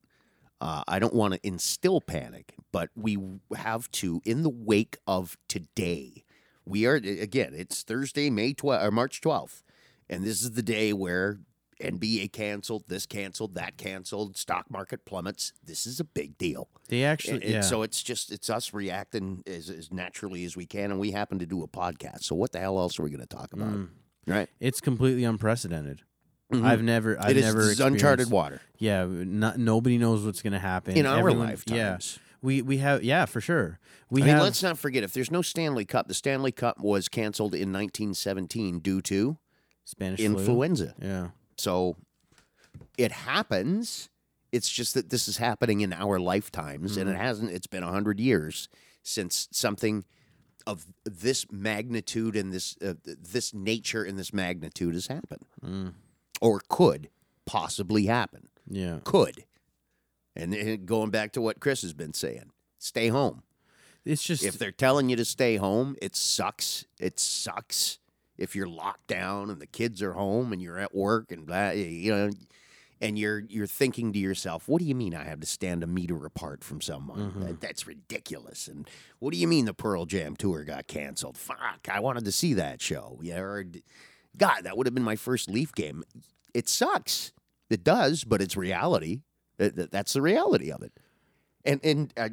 [SPEAKER 2] Uh, I don't want to instill panic, but we have to in the wake of today. We are again. It's Thursday, May twelfth or March twelfth, and this is the day where NBA canceled, this canceled, that canceled, stock market plummets. This is a big deal.
[SPEAKER 3] they actually
[SPEAKER 2] And- and
[SPEAKER 3] yeah.
[SPEAKER 2] So it's just it's us reacting as, as naturally as we can, and we happen to do a podcast. So what the hell else are we going to talk about?
[SPEAKER 3] Mm.
[SPEAKER 2] Right?
[SPEAKER 3] it's completely unprecedented.
[SPEAKER 2] Mhm.
[SPEAKER 3] I've never. I've
[SPEAKER 2] It is
[SPEAKER 3] never
[SPEAKER 2] this is uncharted
[SPEAKER 3] experienced-
[SPEAKER 2] water
[SPEAKER 3] Yeah. Not, nobody knows what's gonna happen
[SPEAKER 2] in our
[SPEAKER 3] Everyone- Yeah.
[SPEAKER 2] lifetimes.
[SPEAKER 3] We we have yeah for sure. We
[SPEAKER 2] I mean,
[SPEAKER 3] have
[SPEAKER 2] let's not forget if there's no Stanley Cup, the Stanley Cup was canceled in 1917 due to
[SPEAKER 3] Spanish flu.
[SPEAKER 2] influenza.
[SPEAKER 3] Yeah.
[SPEAKER 2] So it happens. It's just that this is happening in our lifetimes, and it hasn't. It's been hundred years since something of this magnitude and this uh, th- this nature and this magnitude has happened,
[SPEAKER 3] Mm.
[SPEAKER 2] or could possibly happen.
[SPEAKER 3] Yeah.
[SPEAKER 2] Could, and, and going back to what Chris has been saying, stay home.
[SPEAKER 3] It's just
[SPEAKER 2] If they're telling you to stay home, it sucks. It sucks. if you're locked down and the kids are home and you're at work and blah, you know, and you're you're thinking to yourself, what do you mean I have to stand a meter apart from someone?
[SPEAKER 3] Mhm.
[SPEAKER 2] That- that's ridiculous. And what do you mean the Pearl Jam tour got canceled? Fuck, I wanted to see that show. Yeah, or, God, that would have been my first Leaf game. It sucks. It does, but it's reality. That- that- That's the reality of it. And and uh,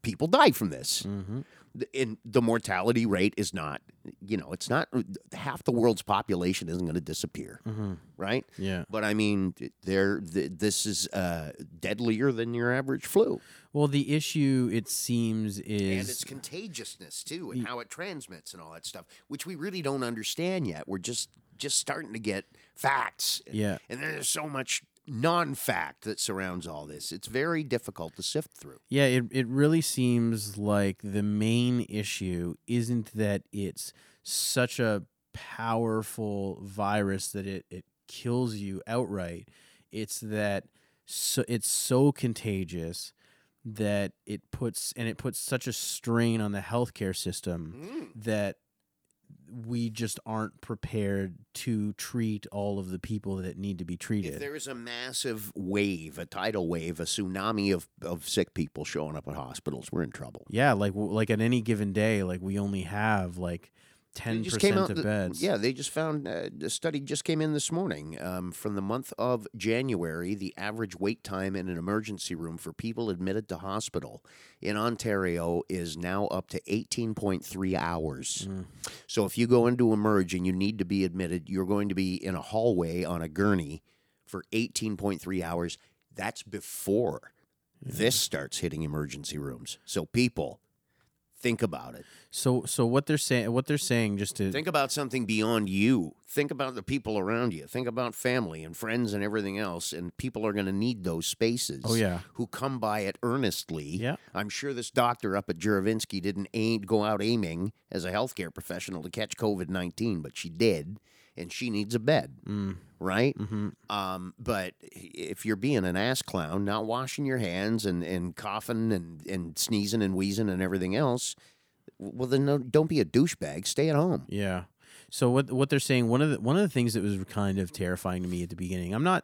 [SPEAKER 2] people die from this
[SPEAKER 3] Mm-hmm.
[SPEAKER 2] th- and the mortality rate is not you know it's not half the world's population isn't going to disappear
[SPEAKER 3] Mhm.
[SPEAKER 2] right
[SPEAKER 3] Yeah.
[SPEAKER 2] but i mean there th- this is uh, deadlier than your average flu
[SPEAKER 3] Well, the issue it seems is
[SPEAKER 2] and its contagiousness too and how it transmits and all that stuff which we really don't understand yet we're just just starting to get facts and,
[SPEAKER 3] Yeah.
[SPEAKER 2] and there's so much non-fact that surrounds all this it's very difficult to sift through
[SPEAKER 3] Yeah, it, it really seems like the main issue isn't that it's such a powerful virus that it, it kills you outright. It's that so it's so contagious that it puts and it puts such a strain on the healthcare system
[SPEAKER 2] Mm.
[SPEAKER 3] that we just aren't prepared to treat all of the people that need to be
[SPEAKER 2] If
[SPEAKER 3] treated.
[SPEAKER 2] there is a massive wave, a tidal wave, a tsunami of, of sick people showing up at hospitals, we're in trouble.
[SPEAKER 3] Yeah, like w- like on any given day, like we only have like
[SPEAKER 2] They
[SPEAKER 3] ten
[SPEAKER 2] just came
[SPEAKER 3] percent of
[SPEAKER 2] out th-
[SPEAKER 3] beds.
[SPEAKER 2] Yeah, they just found uh, a study just came in this morning um, from the month of January. The average wait time in an emergency room for people admitted to hospital in Ontario is now up to 18.3 hours.
[SPEAKER 3] Mm.
[SPEAKER 2] So if you go into Emerge and you need to be admitted, you're going to be in a hallway on a gurney for 18.3 hours. That's before this starts hitting emergency rooms. So people, think about it.
[SPEAKER 3] So so what they're saying what they're saying just to
[SPEAKER 2] Think about something beyond you. Think about the people around you. Think about family and friends and everything else. And people are going to need those spaces.
[SPEAKER 3] oh yeah
[SPEAKER 2] Who come by it earnestly.
[SPEAKER 3] yeah
[SPEAKER 2] I'm sure this doctor up at Juravinsky didn't aim, go out aiming as a healthcare professional to catch COVID 19, but she did. And she needs a bed,
[SPEAKER 3] mm,
[SPEAKER 2] right?
[SPEAKER 3] hmm
[SPEAKER 2] Um, but if you're being an ass clown, not washing your hands and, and coughing and, and sneezing and wheezing and everything else, well, then no, don't be a douchebag. Stay at home.
[SPEAKER 3] yeah. So what what they're saying one of the one of the things that was kind of terrifying to me at the beginning. I'm not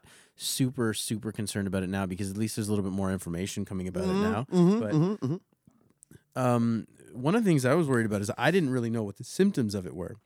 [SPEAKER 3] super super concerned about it now because at least there's a little bit more information coming about it now.
[SPEAKER 2] Mhm,
[SPEAKER 3] but-
[SPEAKER 2] mhm, mhm.
[SPEAKER 3] um, one of the things I was worried about is I didn't really know what the symptoms of it were.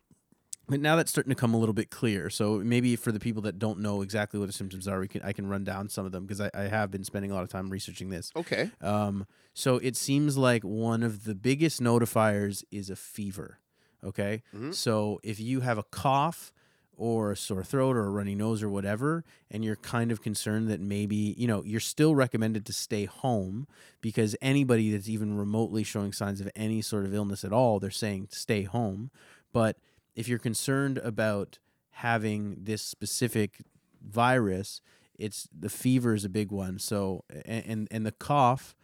[SPEAKER 3] But now that's starting to come a little bit clear. So maybe for the people that don't know exactly what the symptoms are, we can I can run down some of them because I, I have been spending a lot of time researching this.
[SPEAKER 2] Okay.
[SPEAKER 3] Um, so it seems like one of the biggest notifiers is a fever. Okay,
[SPEAKER 2] Mhm.
[SPEAKER 3] so if you have a cough or a sore throat or a runny nose or whatever, and you're kind of concerned that maybe you know you're still recommended to stay home because anybody that's even remotely showing signs of any sort of illness at all, they're saying stay home. But if you're concerned about having this specific virus, it's the fever is a big one. So a- and and the cough,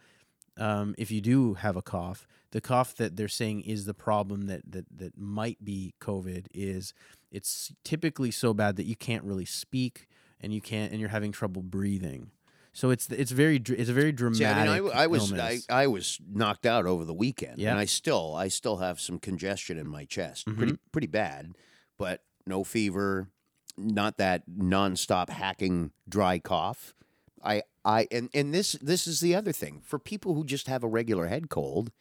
[SPEAKER 3] um, if you do have a cough, the cough that they're saying is the problem that that that might be COVID is it's typically so bad that you can't really speak and you can't and you're having trouble breathing. So it's it's very dr- it's a very dramatic.
[SPEAKER 2] See, I mean, I w- I, was I,
[SPEAKER 3] illness.
[SPEAKER 2] I was knocked out over the weekend,
[SPEAKER 3] Yeah. Mm-hmm.
[SPEAKER 2] and I still I still have some congestion in my chest, pretty pretty bad, but no fever, not that nonstop hacking dry cough. I I and and this this is the other thing for people who just have a regular head cold.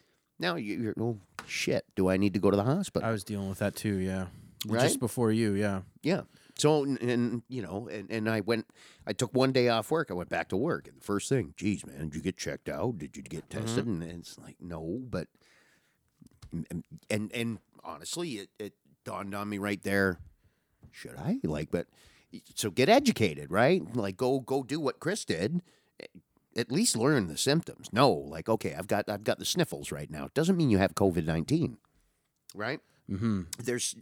[SPEAKER 2] Now you- you're oh shit, do I need to go to the hospital?
[SPEAKER 3] I was dealing with that too. Yeah,
[SPEAKER 2] Right?
[SPEAKER 3] just before you. Yeah.
[SPEAKER 2] Yeah. So and, and you know, and, and I went. I took one day off work. I went back to work, and the first thing, geez, man, did you get checked out? Did you get tested? And it's like, no, but and and, and honestly, it, it dawned on me right there. Should I like? But so get educated, right? Like go go do what Chris did. At least learn the symptoms. No, like okay, I've got I've got the sniffles right now. It doesn't mean you have COVID nineteen, right?
[SPEAKER 3] Mm-hmm.
[SPEAKER 2] there's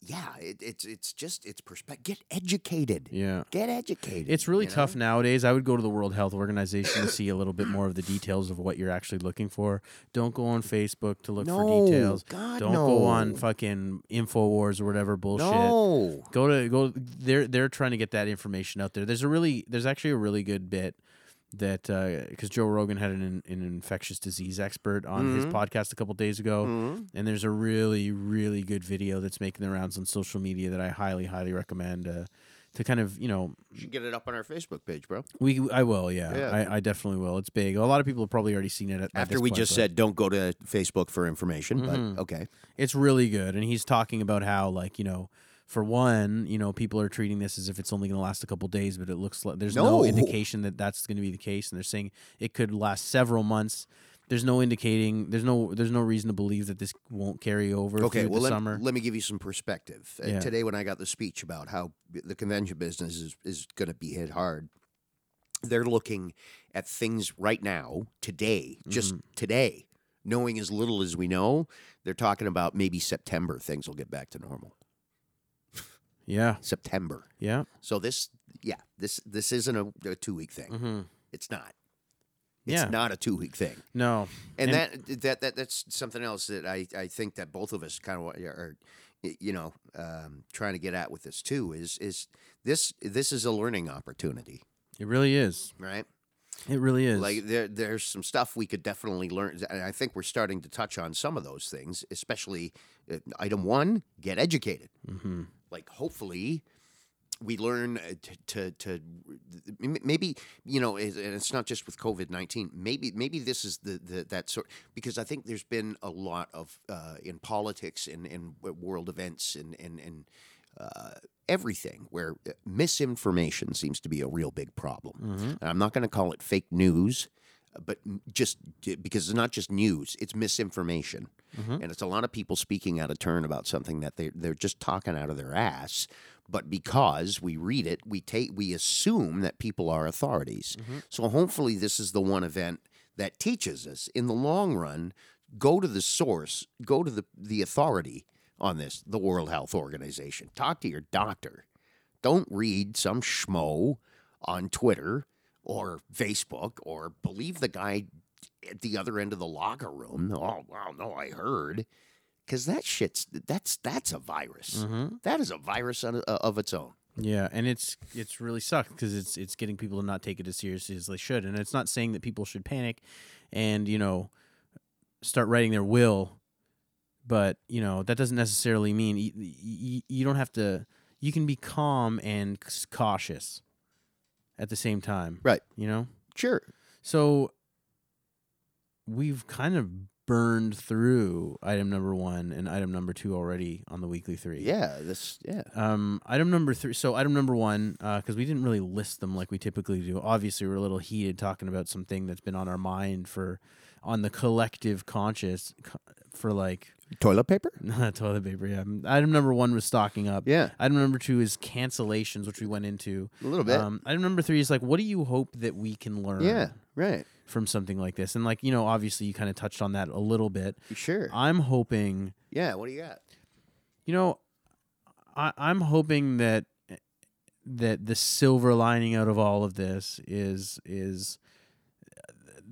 [SPEAKER 2] yeah it, it's it's just it's perspective get educated
[SPEAKER 3] Yeah.
[SPEAKER 2] get educated
[SPEAKER 3] It's really
[SPEAKER 2] you know?
[SPEAKER 3] tough nowadays. I would go to the World Health Organization to see a little bit more of the details of what you're actually looking for. Don't go on Facebook to look
[SPEAKER 2] No,
[SPEAKER 3] for details.
[SPEAKER 2] God,
[SPEAKER 3] Don't go on
[SPEAKER 2] no.
[SPEAKER 3] fucking InfoWars or whatever bullshit.
[SPEAKER 2] no
[SPEAKER 3] Go to go they're they're trying to get that information out there. There's a really there's actually a really good bit that because Joe Rogan had an, an infectious disease expert on his
[SPEAKER 2] Mhm.
[SPEAKER 3] podcast a couple days ago,
[SPEAKER 2] Mhm.
[SPEAKER 3] and there's a really really good video that's making the rounds on social media that I highly highly recommend uh, to kind of you know
[SPEAKER 2] You should get it up on our Facebook page, bro.
[SPEAKER 3] we I will yeah,
[SPEAKER 2] Yeah.
[SPEAKER 3] I, I definitely will it's big a lot of people have probably already seen it at, at
[SPEAKER 2] After
[SPEAKER 3] this
[SPEAKER 2] we
[SPEAKER 3] point,
[SPEAKER 2] just
[SPEAKER 3] but-
[SPEAKER 2] said don't go to Facebook for information,
[SPEAKER 3] Mhm.
[SPEAKER 2] but okay.
[SPEAKER 3] it's really good and he's talking about how like you know for one you know people are treating this as if it's only going to last a couple days but it looks like there's no,
[SPEAKER 2] No.
[SPEAKER 3] indication that that's going to be the case and they're saying it could last several months there's no indicating there's no there's no reason to believe that this won't carry over
[SPEAKER 2] Okay,
[SPEAKER 3] through
[SPEAKER 2] well,
[SPEAKER 3] the
[SPEAKER 2] let,
[SPEAKER 3] summer
[SPEAKER 2] let me give you some perspective. Uh,
[SPEAKER 3] Yeah.
[SPEAKER 2] Today, when I got the speech about how b- the convention business is, is going to be hit hard, they're looking at things right now, today, just
[SPEAKER 3] Mm-hmm.
[SPEAKER 2] today, knowing as little as we know. They're talking about maybe September things will get back to normal.
[SPEAKER 3] yeah
[SPEAKER 2] September.
[SPEAKER 3] yeah
[SPEAKER 2] So this, yeah, this this isn't a, a two week thing.
[SPEAKER 3] mm-hmm.
[SPEAKER 2] It's not. It's
[SPEAKER 3] yeah
[SPEAKER 2] not a two week thing.
[SPEAKER 3] no
[SPEAKER 2] and,
[SPEAKER 3] And-
[SPEAKER 2] that, that that that's something else that I, I think that both of us kind of are y- you know um, trying to get at with this too is is this this is a learning opportunity
[SPEAKER 3] it really is
[SPEAKER 2] right
[SPEAKER 3] it really is
[SPEAKER 2] like there there's some stuff we could definitely learn and I think we're starting to touch on some of those things especially uh, item one get educated
[SPEAKER 3] mm-hmm.
[SPEAKER 2] like hopefully we learn uh, t- to to m- maybe you know is- and it's not just with covid-19 maybe maybe this is the, the that sort because i think there's been a lot of uh, in politics and in world events and and and uh, everything where uh, misinformation seems to be a real big problem
[SPEAKER 3] Mm-hmm.
[SPEAKER 2] and i'm not going to call it fake news uh, but m- just because it's not just news it's misinformation
[SPEAKER 3] Mm-hmm.
[SPEAKER 2] and it's a lot of people speaking out of turn about something that they they're just talking out of their ass. But because we read it, we take we assume that people are authorities.
[SPEAKER 3] Mm-hmm.
[SPEAKER 2] So hopefully, this is the one event that teaches us in the long run. Go to the source. Go to the the authority on this, the World Health Organization. Talk to your doctor. Don't read some schmo on Twitter or Facebook or believe the guy at the other end of the locker room. Oh wow, no, I heard because that shit's that's that's a virus.
[SPEAKER 3] Mm-hmm.
[SPEAKER 2] That is a virus on, uh, of its own.
[SPEAKER 3] Yeah, and it's it's really sucked because it's it's getting people to not take it as seriously as they should, and it's not saying that people should panic, and you know, start writing their will, but you know that doesn't necessarily mean you, you, you don't have to. You can be calm and c- cautious at the same time,
[SPEAKER 2] Right.
[SPEAKER 3] You know,
[SPEAKER 2] Sure.
[SPEAKER 3] so we've kind of burned through item number one and item number two already on the weekly three.
[SPEAKER 2] Yeah. This. Yeah.
[SPEAKER 3] Um, item number three. So item number one, because we didn't really list them like we typically do. Obviously, we're a little heated talking about something that's been on our mind for, on the collective conscious, co- for like
[SPEAKER 2] Toilet paper.
[SPEAKER 3] toilet paper. Yeah. Item number one was stocking up.
[SPEAKER 2] Yeah.
[SPEAKER 3] Item number two is cancellations, which we went into.
[SPEAKER 2] A little bit.
[SPEAKER 3] Um, item number three is like, what do you hope that we can learn?
[SPEAKER 2] yeah. Right.
[SPEAKER 3] From something like this, and like you know, obviously, you kind of touched on that a little bit.
[SPEAKER 2] Sure.
[SPEAKER 3] I'm hoping
[SPEAKER 2] yeah. What do you got?
[SPEAKER 3] you know, I, I'm hoping that that the silver lining out of all of this is is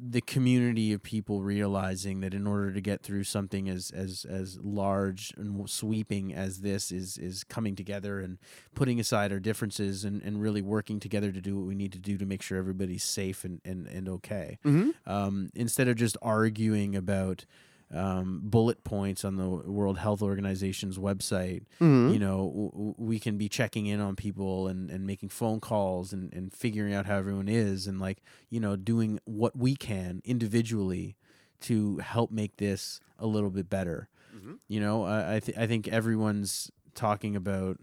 [SPEAKER 3] the community of people realizing that in order to get through something as as as large and sweeping as this is is coming together and putting aside our differences and, and really working together to do what we need to do to make sure everybody's safe and and, and okay
[SPEAKER 2] Mm-hmm.
[SPEAKER 3] um, instead of just arguing about um, bullet points on the World Health Organization's website.
[SPEAKER 2] mm-hmm.
[SPEAKER 3] You know, w- w- we can be checking in on people and, and making phone calls and, and figuring out how everyone is and like, you know, doing what we can individually to help make this a little bit better.
[SPEAKER 2] Mhm.
[SPEAKER 3] You know, I I, th- I think everyone's talking about,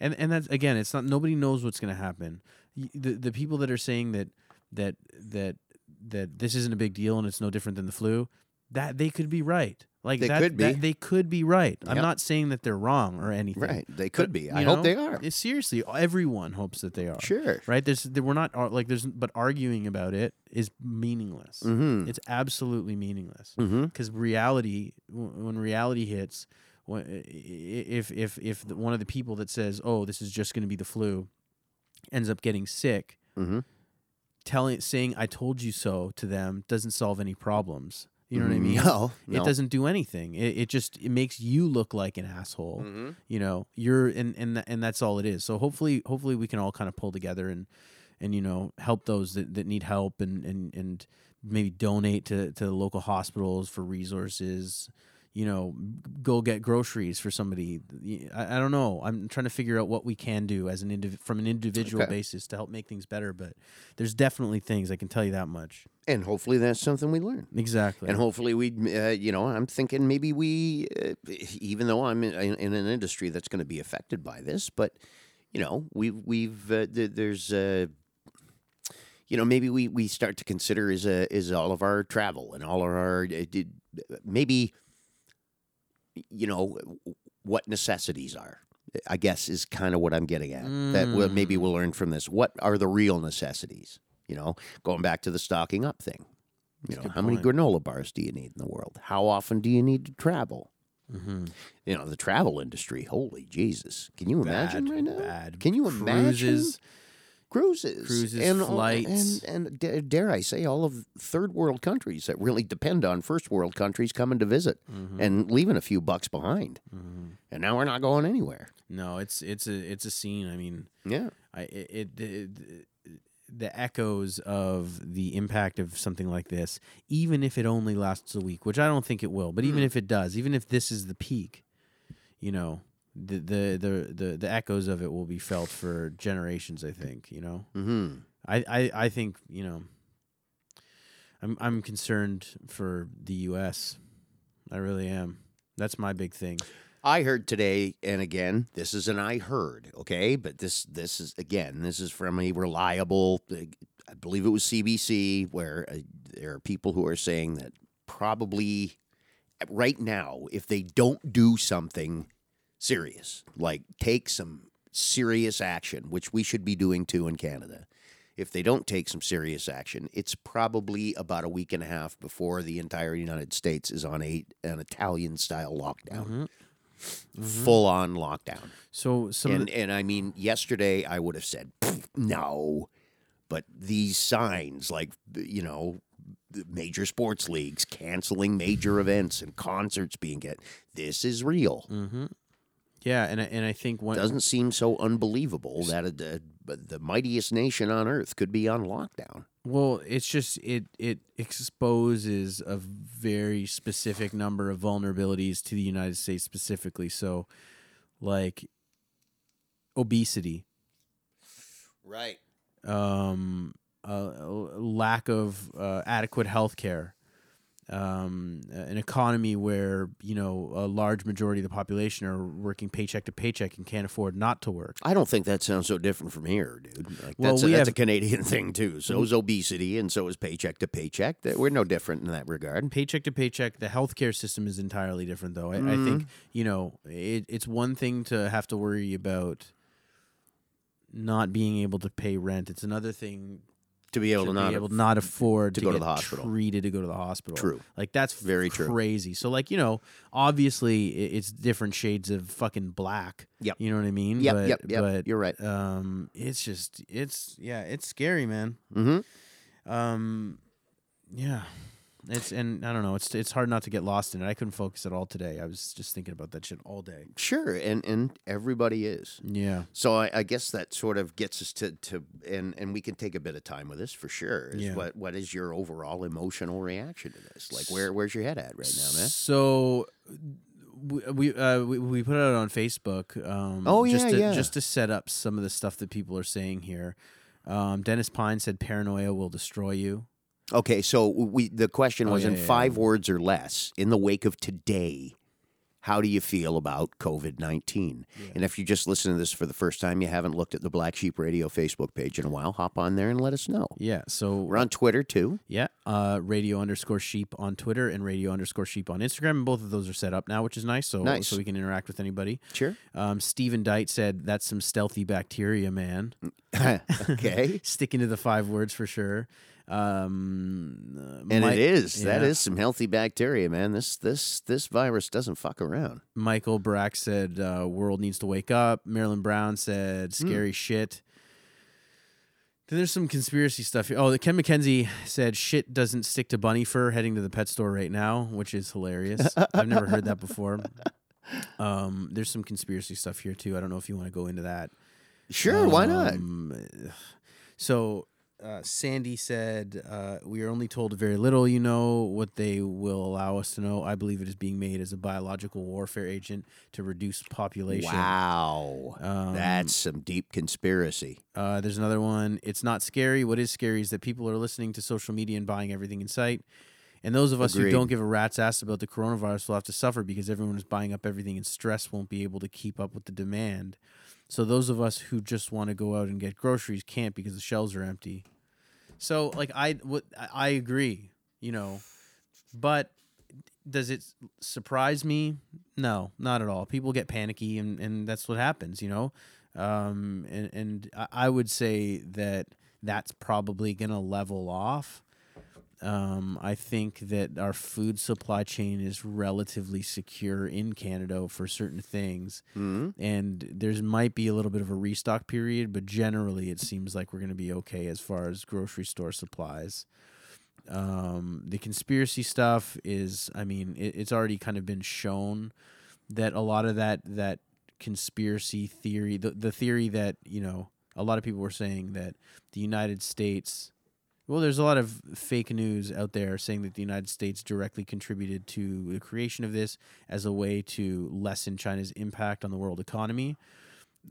[SPEAKER 3] and and that's again, it's not nobody knows what's going to happen. Y- The the people that are saying that that that that this isn't a big deal and it's no different than the flu, that they could be right. Like
[SPEAKER 2] They
[SPEAKER 3] that,
[SPEAKER 2] could be.
[SPEAKER 3] that- they could be right. I'm
[SPEAKER 2] Yep.
[SPEAKER 3] not saying that they're wrong or anything.
[SPEAKER 2] Right. They could
[SPEAKER 3] But,
[SPEAKER 2] be.
[SPEAKER 3] you
[SPEAKER 2] I hope
[SPEAKER 3] know,
[SPEAKER 2] they are.
[SPEAKER 3] it- seriously, everyone hopes that they are.
[SPEAKER 2] Sure.
[SPEAKER 3] Right? There's there, we're not ar- like there's but arguing about it is meaningless.
[SPEAKER 2] Mm-hmm.
[SPEAKER 3] It's absolutely meaningless
[SPEAKER 2] Mm-hmm.
[SPEAKER 3] because reality w- when reality hits when, i- i- if if if the, one of the people that says oh this is just going to be the flu ends up getting sick
[SPEAKER 2] Mm-hmm.
[SPEAKER 3] telling saying i told you so to them doesn't solve any problems you know what i mean
[SPEAKER 2] Mm-hmm. No.
[SPEAKER 3] it doesn't do anything it, it just it makes you look like an asshole
[SPEAKER 2] Mm-hmm.
[SPEAKER 3] you know you're and and tha- and that's all it is so hopefully hopefully we can all kind of pull together and and you know help those that, that need help and and and maybe donate to to the local hospitals for resources you know go get groceries for somebody i, I don't know i'm trying to figure out what we can do as an indiv- from an individual
[SPEAKER 2] Okay.
[SPEAKER 3] basis to help make things better but there's definitely things i can tell you that much
[SPEAKER 2] And hopefully that's something we learn.
[SPEAKER 3] exactly
[SPEAKER 2] And hopefully we, uh, you know, I'm thinking maybe we, uh, even though I'm in, in, in an industry that's going to be affected by this, but you know, we've we've uh, th- there's, uh, you know, maybe we we start to consider is uh, is all of our travel and all of our uh, did, maybe, you know, what necessities are. I guess is kind of what I'm getting at. That we'll, maybe we'll learn from this. What are the real necessities? You know, going back to the stocking up thing. You know,
[SPEAKER 3] good
[SPEAKER 2] how many
[SPEAKER 3] point.
[SPEAKER 2] granola bars do you need in the world? How often do you need to travel?
[SPEAKER 3] mm-hmm.
[SPEAKER 2] You know, the travel industry. Holy Jesus! Can you imagine right now?
[SPEAKER 3] bad.
[SPEAKER 2] Can you
[SPEAKER 3] Cruises,
[SPEAKER 2] imagine cruises,
[SPEAKER 3] cruises,
[SPEAKER 2] all-
[SPEAKER 3] flights.
[SPEAKER 2] and and da- dare I say, all of third world countries that really depend on first world countries coming to visit
[SPEAKER 3] Mm-hmm.
[SPEAKER 2] and leaving a few bucks behind. And now we're not going anywhere.
[SPEAKER 3] no it's it's a it's a scene i mean
[SPEAKER 2] Yeah.
[SPEAKER 3] I it, it, it the echoes of the impact of something like this, even if it only lasts a week, which I don't think it will, but
[SPEAKER 2] Hmm.
[SPEAKER 3] even if it does, even if this is the peak, you know, the the the the, the echoes of it will be felt for generations. I think you know.
[SPEAKER 2] Mm-hmm.
[SPEAKER 3] I, I, I think you know. I'm I'm concerned for the U.S. I really am. That's my big thing.
[SPEAKER 2] I heard today, and again, this is an I heard, okay? But this this is again, this is from a reliable, I believe it was CBC, where uh, there are people who are saying that probably uh, right now, if they don't do something serious, like take some serious action, which we should be doing too in Canada. If they don't take some serious action, it's probably about a week and a half before the entire United States is on a an Italian style lockdown full on lockdown.
[SPEAKER 3] So some of
[SPEAKER 2] And and I mean, yesterday I would have said "Pfft, no, but these signs like you know the major sports leagues canceling major events and concerts being get this is real.
[SPEAKER 3] the, hmm yeah, and I, and I think one
[SPEAKER 2] Doesn't seem so unbelievable that a, the- but the mightiest nation on earth could be on lockdown.
[SPEAKER 3] Well, it's just it it exposes a very specific number of vulnerabilities to the United States specifically. So, like obesity,
[SPEAKER 2] Right.
[SPEAKER 3] um, uh, lack of uh, adequate health care, um, an economy where you know a large majority of the population are working paycheck to paycheck and can't afford not to work.
[SPEAKER 2] I don't think that sounds so different from here, dude. Like
[SPEAKER 3] Well,
[SPEAKER 2] that's, a,
[SPEAKER 3] we
[SPEAKER 2] that's
[SPEAKER 3] have-
[SPEAKER 2] a Canadian thing too. So is obesity, and so is paycheck to paycheck. That we're no different in that regard.
[SPEAKER 3] paycheck to paycheck the healthcare system is entirely different though i,
[SPEAKER 2] Mm-hmm.
[SPEAKER 3] I think you know it, it's one thing to have to worry about not being able to pay rent it's another thing
[SPEAKER 2] To be able
[SPEAKER 3] to
[SPEAKER 2] to not
[SPEAKER 3] be able to not afford
[SPEAKER 2] to go to
[SPEAKER 3] get
[SPEAKER 2] the hospital.
[SPEAKER 3] treated to go to the hospital
[SPEAKER 2] True.
[SPEAKER 3] like that's
[SPEAKER 2] Very true.
[SPEAKER 3] crazy so like you know obviously i- it's different shades of fucking black
[SPEAKER 2] Yep.
[SPEAKER 3] you know what i mean
[SPEAKER 2] Yep,
[SPEAKER 3] but,
[SPEAKER 2] yep, yep.
[SPEAKER 3] but
[SPEAKER 2] You're right.
[SPEAKER 3] um it's just it's yeah it's scary man
[SPEAKER 2] Mm-hmm.
[SPEAKER 3] um, yeah, it's and I don't know. It's it's hard not to get lost in it. I couldn't focus at all today. I was just thinking about that shit all day.
[SPEAKER 2] Sure, and and everybody is.
[SPEAKER 3] Yeah,
[SPEAKER 2] So I, I guess that sort of gets us to to and and we can take a bit of time with this for sure. Is
[SPEAKER 3] Yeah.
[SPEAKER 2] what what is your overall emotional reaction to this? Like where where's your head at right now, man?
[SPEAKER 3] So we we uh, we, we put it out on Facebook. Um,
[SPEAKER 2] Oh,
[SPEAKER 3] just
[SPEAKER 2] yeah,
[SPEAKER 3] to,
[SPEAKER 2] yeah.
[SPEAKER 3] just to set up some of the stuff that people are saying here. Um, Dennis Pine said paranoia will destroy you.
[SPEAKER 2] Okay, so we the question
[SPEAKER 3] Oh,
[SPEAKER 2] was
[SPEAKER 3] yeah,
[SPEAKER 2] in
[SPEAKER 3] yeah, yeah.
[SPEAKER 2] five words or less in the wake of today. How do you feel about COVID 19? And if you just listen to this for the first time, you haven't looked at the Black Sheep Radio Facebook page in a while, hop on there and let us know.
[SPEAKER 3] Yeah. So
[SPEAKER 2] We're on Twitter too.
[SPEAKER 3] Yeah, uh, radio underscore sheep on Twitter and radio underscore sheep on Instagram, and both of those are set up now, which is nice. So
[SPEAKER 2] Nice.
[SPEAKER 3] so we can interact with anybody.
[SPEAKER 2] Sure.
[SPEAKER 3] Um, Stephen Dyke said that's some stealthy bacteria, man.
[SPEAKER 2] Mm. okay.
[SPEAKER 3] Sticking to the five words for sure. Um, uh,
[SPEAKER 2] And
[SPEAKER 3] Mi-
[SPEAKER 2] it is. That
[SPEAKER 3] yeah.
[SPEAKER 2] is some healthy bacteria, man. This this this virus doesn't fuck around.
[SPEAKER 3] Michael Brack said uh, world needs to wake up. Marilyn Brown said scary shit. Then there's some conspiracy stuff. here. Oh, the Ken McKenzie said shit doesn't stick to bunny fur. Heading to the pet store right now, which is hilarious. I've never heard that before. Um, there's
[SPEAKER 2] Um,
[SPEAKER 3] some conspiracy stuff here too. I don't know if you want to go into that.
[SPEAKER 2] Sure, why not?
[SPEAKER 3] Um, So uh, Sandy said, uh, "We are only told very little. You know what they will allow us to know. I believe it is being made as a biological warfare agent to reduce population."
[SPEAKER 2] Wow.
[SPEAKER 3] Um,
[SPEAKER 2] That's some deep conspiracy.
[SPEAKER 3] Uh, there's another one. It's not scary. What is scary is that people are listening to social media and buying everything in sight. And those of us
[SPEAKER 2] Agreed.
[SPEAKER 3] who don't give a rat's ass about the coronavirus will have to suffer because everyone is buying up everything and stress won't be able to keep up with the demand. So those of us who just want to go out and get groceries can't because the shelves are empty. So like I what I- I agree, you know, but does it surprise me? No, not at all. People get panicky, and, and that's what happens, you know. Um, and and I- I would say that that's probably gonna level off. Um, I think that our food supply chain is relatively secure in Canada for certain things,
[SPEAKER 2] Hmm?
[SPEAKER 3] and there's might be a little bit of a restock period, but generally it seems like we're gonna be okay as far as grocery store supplies um, the conspiracy stuff is i mean it, it's already kind of been shown that a lot of that that conspiracy theory the, the theory that you know a lot of people were saying that the united states well there's a lot of fake news out there saying that the united states directly contributed to the creation of this as a way to lessen china's impact on the world economy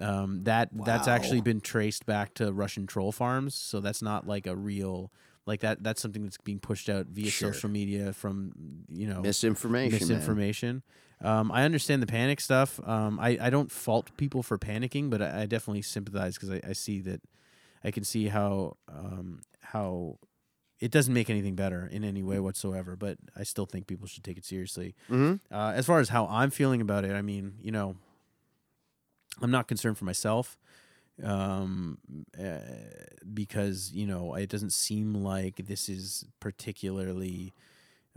[SPEAKER 3] um, that that's actually
[SPEAKER 2] Wow.
[SPEAKER 3] been traced back to russian troll farms so that's not like a real like that that's something that's being pushed out via
[SPEAKER 2] Sure.
[SPEAKER 3] social media from you know
[SPEAKER 2] Misinformation. man.
[SPEAKER 3] oh, misinformation. Um, I understand the panic stuff. Um, I, I don't fault people for panicking, but I, I definitely sympathize because I, I see that I can see how um, how it doesn't make anything better in any
[SPEAKER 2] Mm.
[SPEAKER 3] way whatsoever. But I still think people should take it seriously.
[SPEAKER 2] Mhm.
[SPEAKER 3] Uh, as far as how I'm feeling about it, I mean, you know, I'm not concerned for myself um uh, because you know it doesn't seem like this is particularly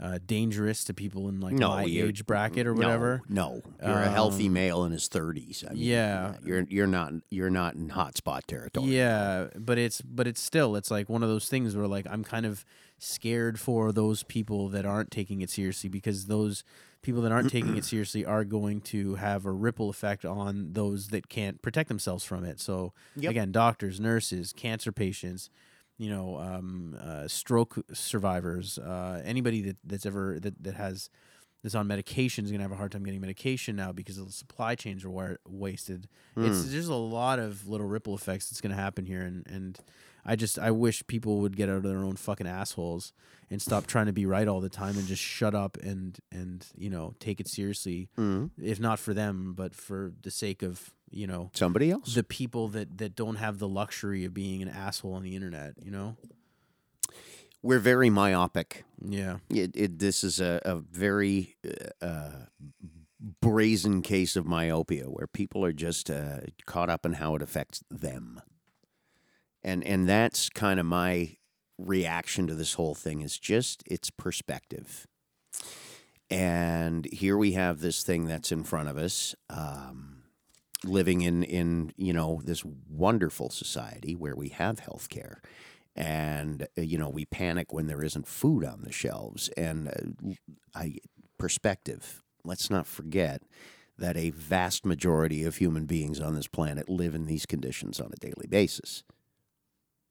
[SPEAKER 3] uh, dangerous to people in like
[SPEAKER 2] No,
[SPEAKER 3] my
[SPEAKER 2] you're-
[SPEAKER 3] age bracket or
[SPEAKER 2] No,
[SPEAKER 3] whatever
[SPEAKER 2] No, you're a healthy
[SPEAKER 3] Um,
[SPEAKER 2] male in his thirties. I mean,
[SPEAKER 3] yeah.
[SPEAKER 2] you're you're not you're not in hotspot territory.
[SPEAKER 3] yeah but it's but it's still it's like one of those things where like i'm kind of scared for those people that aren't taking it seriously because those people that aren't taking it seriously are going to have a ripple effect on those that can't protect themselves from it so
[SPEAKER 2] Yep.
[SPEAKER 3] again doctors nurses cancer patients you know um, uh, stroke survivors uh, anybody that, that's ever that, that has that's on medication is going to have a hard time getting medication now because the supply chains are wa- wasted it's there's a lot of little ripple effects that's going to happen here and and i just i wish people would get out of their own fucking assholes and stop trying to be right all the time and just shut up and and you know take it seriously
[SPEAKER 2] Mhm.
[SPEAKER 3] if not for them but for the sake of you know
[SPEAKER 2] Somebody else.
[SPEAKER 3] the people that that don't have the luxury of being an asshole on the internet you know
[SPEAKER 2] We're very myopic.
[SPEAKER 3] yeah
[SPEAKER 2] It, it, this is a, a very uh, uh, brazen case of myopia where people are just uh, caught up in how it affects them. And, and that's kind of my reaction to this whole thing is just its perspective. And here we have this thing that's in front of us, um, living in, in, you know, this wonderful society where we have health care and uh, you know we panic when there isn't food on the shelves and uh, l- i perspective let's not forget that a vast majority of human beings on this planet live in these conditions on a daily basis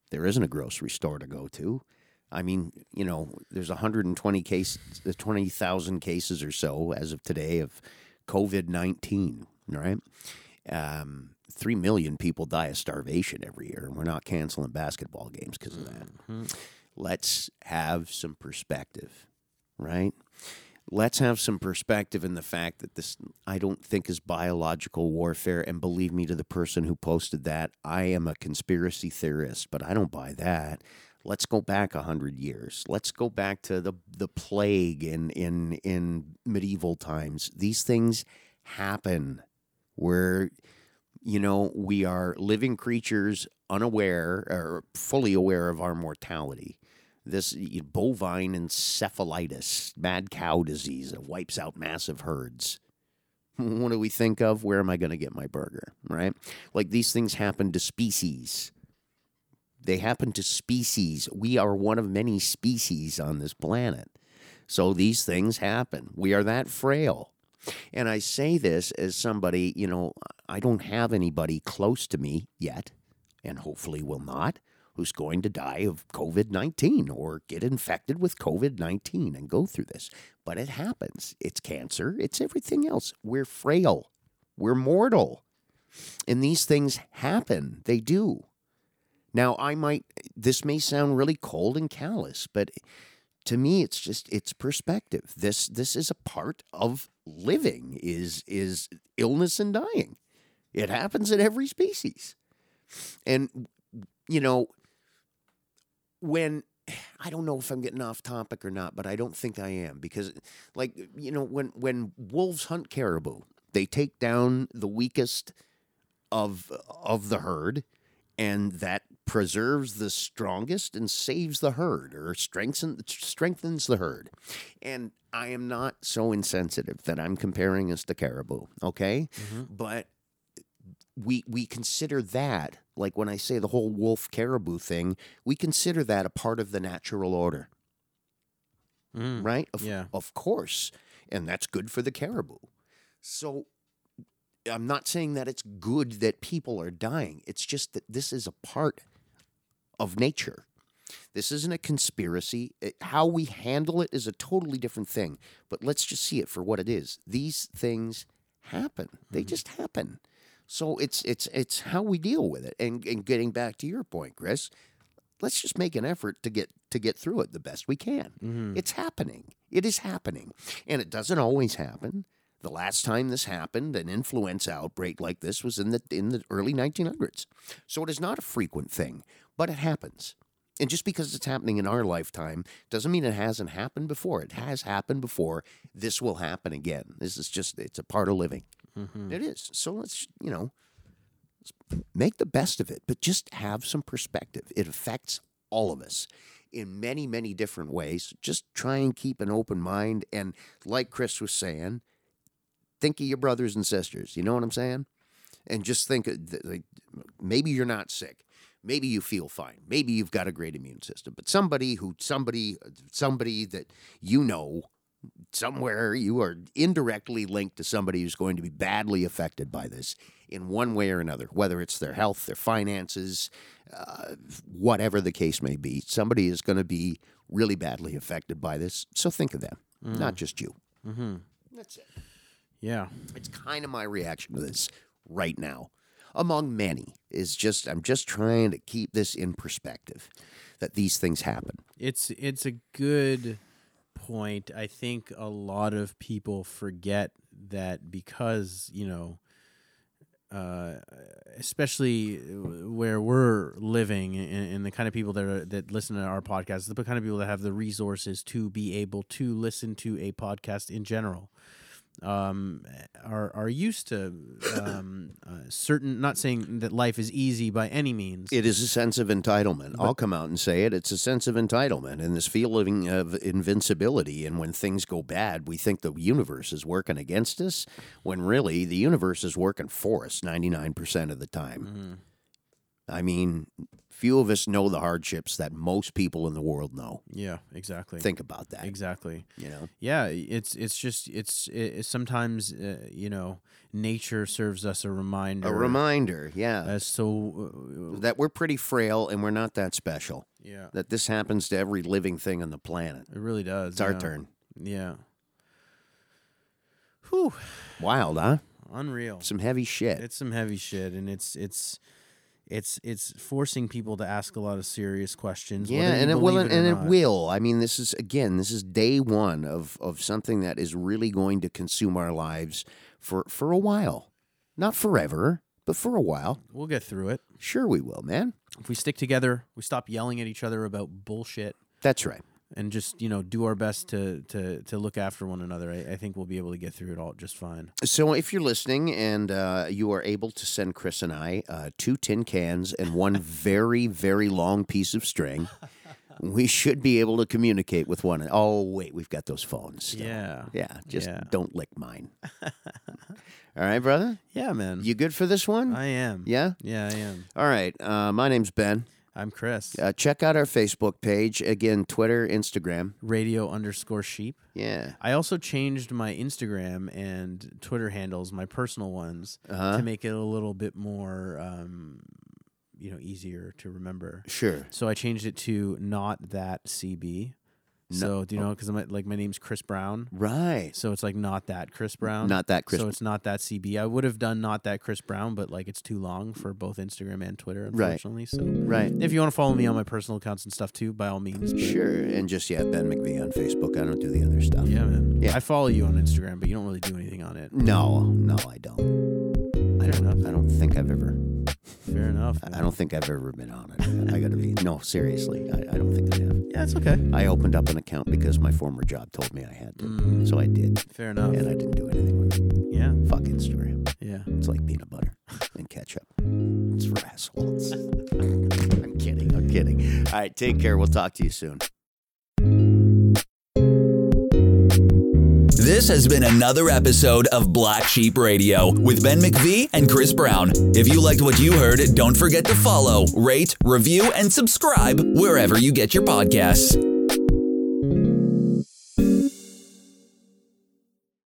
[SPEAKER 2] there isn't a grocery store to go to i mean you know there's 120 cases 20,000 cases or so as of today of covid-19 right um, three million people die of starvation every year, and we're not canceling basketball games because of that. Let's have some perspective, right? Let's have some perspective in the fact that this, I don't think, is biological warfare. And believe me, to the person who posted that, I am a conspiracy theorist, but I don't buy that. Let's go back a hundred years. Let's go back to the the plague in in in medieval times. These things happen. Where you know, we are living creatures unaware or fully aware of our mortality. This y- bovine encephalitis, mad cow disease that wipes out massive herds. What do we think of? Where am I going to get my burger? Right? Like these things happen to species. They happen to species. We are one of many species on this planet. So these things happen. We are that frail. And I say this as somebody, you know, I don't have anybody close to me yet, and hopefully will not, who's going to die of COVID 19 or get infected with COVID 19 and go through this. But it happens. It's cancer, it's everything else. We're frail, we're mortal. And these things happen, they do. Now, I might, this may sound really cold and callous, but to me it's just it's perspective this this is a part of living is is illness and dying it happens in every species and you know when i don't know if i'm getting off topic or not but i don't think i am because like you know when when wolves hunt caribou they take down the weakest of of the herd and that preserves the strongest and saves the herd or strengthens strengthens the herd. And I am not so insensitive that I'm comparing us to caribou, okay? But we we consider that like when I say the whole wolf caribou thing, we consider that a part of the natural order,
[SPEAKER 3] Mm.
[SPEAKER 2] right? Of,
[SPEAKER 3] Yeah.
[SPEAKER 2] of course. And that's good for the caribou. So I'm not saying that it's good that people are dying. It's just that this is a part of nature. This isn't a conspiracy. It- how we handle it is a totally different thing. But let's just see it for what it is. These things happen. They just happen. So it's it's it's how we deal with it. And and getting back to your point, Chris, let's just make an effort to get to get through it the best we can.
[SPEAKER 3] Mm-hmm. Hmm.
[SPEAKER 2] It's happening. It is happening. And it doesn't always happen. The last time this happened, an influenza outbreak like this was in the in the early 1900s. So it is not a frequent thing, but it happens. And just because it's happening in our lifetime doesn't mean it hasn't happened before. It has happened before. This will happen again. This is just it's a part of living. It is. So let's, you know, make the best of it, but just have some perspective. It affects all of us in many, many different ways. Just try and keep an open mind. And like Chris was saying, think of your brothers and sisters. You know what I'm saying? And just think of th- like, maybe you're not sick. Maybe you feel fine. Maybe you've got a great immune system. But somebody who, somebody, somebody that you know, somewhere you are indirectly linked to somebody who's going to be badly affected by this in one way or another, whether it's their health, their finances, uh, whatever the case may be. Somebody is going to be really badly affected by this. So think of them, not just you. Mm-hmm. That's it.
[SPEAKER 3] Yeah.
[SPEAKER 2] It's kind of my reaction to this right now, among many. Is just I'm just trying to keep this in perspective, that these things happen.
[SPEAKER 3] It's it's a good point. I think a lot of people forget that because, you know, uh, especially where we're living and, and the kind of people that are, that listen to our podcast, the kind of people that have the resources to be able to listen to a podcast in general, um, are are used to um, uh, certain. Not saying that life is easy by any means.
[SPEAKER 2] It is a sense of entitlement. I'll come out and say it. It's a sense of entitlement and this feeling of invincibility. And when things go bad, we think the universe is working against us, when really the universe is working for us 99% of the time. I mean, few of us know the hardships that most people in the world know.
[SPEAKER 3] yeah, exactly.
[SPEAKER 2] Think about that,
[SPEAKER 3] exactly.
[SPEAKER 2] you know?
[SPEAKER 3] yeah it's it's just it's it, it's sometimes uh, you know nature serves us a reminder
[SPEAKER 2] A reminder, yeah,
[SPEAKER 3] as so uh,
[SPEAKER 2] that we're pretty frail and we're not that special.
[SPEAKER 3] yeah
[SPEAKER 2] That this happens to every living thing on the planet.
[SPEAKER 3] it really does
[SPEAKER 2] It's our
[SPEAKER 3] yeah.
[SPEAKER 2] turn.
[SPEAKER 3] yeah whew
[SPEAKER 2] Wild, huh?
[SPEAKER 3] unreal
[SPEAKER 2] Some heavy shit.
[SPEAKER 3] it's some heavy shit and it's it's it's it's forcing people to ask a lot of serious questions
[SPEAKER 2] Yeah,
[SPEAKER 3] whether you
[SPEAKER 2] and it will,
[SPEAKER 3] believe or
[SPEAKER 2] and it
[SPEAKER 3] not.
[SPEAKER 2] will. I mean, this is again, this is day one of of something that is really going to consume our lives for for a while, not forever, but for a while.
[SPEAKER 3] we'll get through it
[SPEAKER 2] Sure, we will, man.
[SPEAKER 3] if we stick together we stop yelling at each other about bullshit
[SPEAKER 2] That's right.
[SPEAKER 3] and just you know do our best to to to look after one another i, I think we'll be able to get through it all just fine
[SPEAKER 2] So, if you're listening and uh, you are able to send Chris and I uh, two tin cans and one very, very long piece of string, we should be able to communicate with one. Oh, wait, we've got those phones. still.
[SPEAKER 3] yeah
[SPEAKER 2] Yeah, just
[SPEAKER 3] Yeah.
[SPEAKER 2] don't lick mine. All right, brother.
[SPEAKER 3] Yeah, man.
[SPEAKER 2] You good for this one?
[SPEAKER 3] I am.
[SPEAKER 2] Yeah?
[SPEAKER 3] Yeah, I am.
[SPEAKER 2] All right. Uh, my name's Ben.
[SPEAKER 3] I'm Chris.
[SPEAKER 2] Uh, check out our Facebook page. Again, Twitter, Instagram.
[SPEAKER 3] Radio underscore sheep.
[SPEAKER 2] Yeah.
[SPEAKER 3] I also changed my Instagram and Twitter handles, my personal ones,
[SPEAKER 2] Uh-huh.
[SPEAKER 3] to make it a little bit more, um, y- you know easier to remember.
[SPEAKER 2] Sure.
[SPEAKER 3] So I changed it to not that CB. So
[SPEAKER 2] Oh.
[SPEAKER 3] do you know because I'm like my name's Chris Brown.
[SPEAKER 2] Right.
[SPEAKER 3] So it's like not that Chris Brown.
[SPEAKER 2] Not that Chris.
[SPEAKER 3] So it's not that CB. I would have done not that Chris Brown, but like it's too long for both Instagram and Twitter,
[SPEAKER 2] Right.
[SPEAKER 3] unfortunately. So
[SPEAKER 2] right.
[SPEAKER 3] if you want to follow me on my personal accounts and stuff too, by all means. but-
[SPEAKER 2] Sure. And just, yeah, Ben McVie on Facebook. I don't do the other stuff.
[SPEAKER 3] Yeah, man.
[SPEAKER 2] Yeah.
[SPEAKER 3] I follow you on Instagram, but you don't really do anything on it.
[SPEAKER 2] No, no, I don't. I
[SPEAKER 3] Fair
[SPEAKER 2] don't,
[SPEAKER 3] enough.
[SPEAKER 2] I don't think I've ever.
[SPEAKER 3] Fair enough.
[SPEAKER 2] I don't think I've ever been on it. I gotta be. No, seriously, I, I don't think I have.
[SPEAKER 3] Yeah, it's okay.
[SPEAKER 2] I opened up an account because my former job told me I had to, so I did,
[SPEAKER 3] Mm, Fair enough.
[SPEAKER 2] and I didn't do anything with it.
[SPEAKER 3] Yeah.
[SPEAKER 2] Fuck Instagram.
[SPEAKER 3] Yeah.
[SPEAKER 2] It's like peanut butter and ketchup. It's for assholes. I'm kidding. I'm kidding. All right, take care. We'll talk to you soon.
[SPEAKER 1] This has been another episode of Black Sheep Radio with Ben McVee and Chris Brown. If you liked what you heard, don't forget to follow, rate, review, and subscribe wherever you get your podcasts.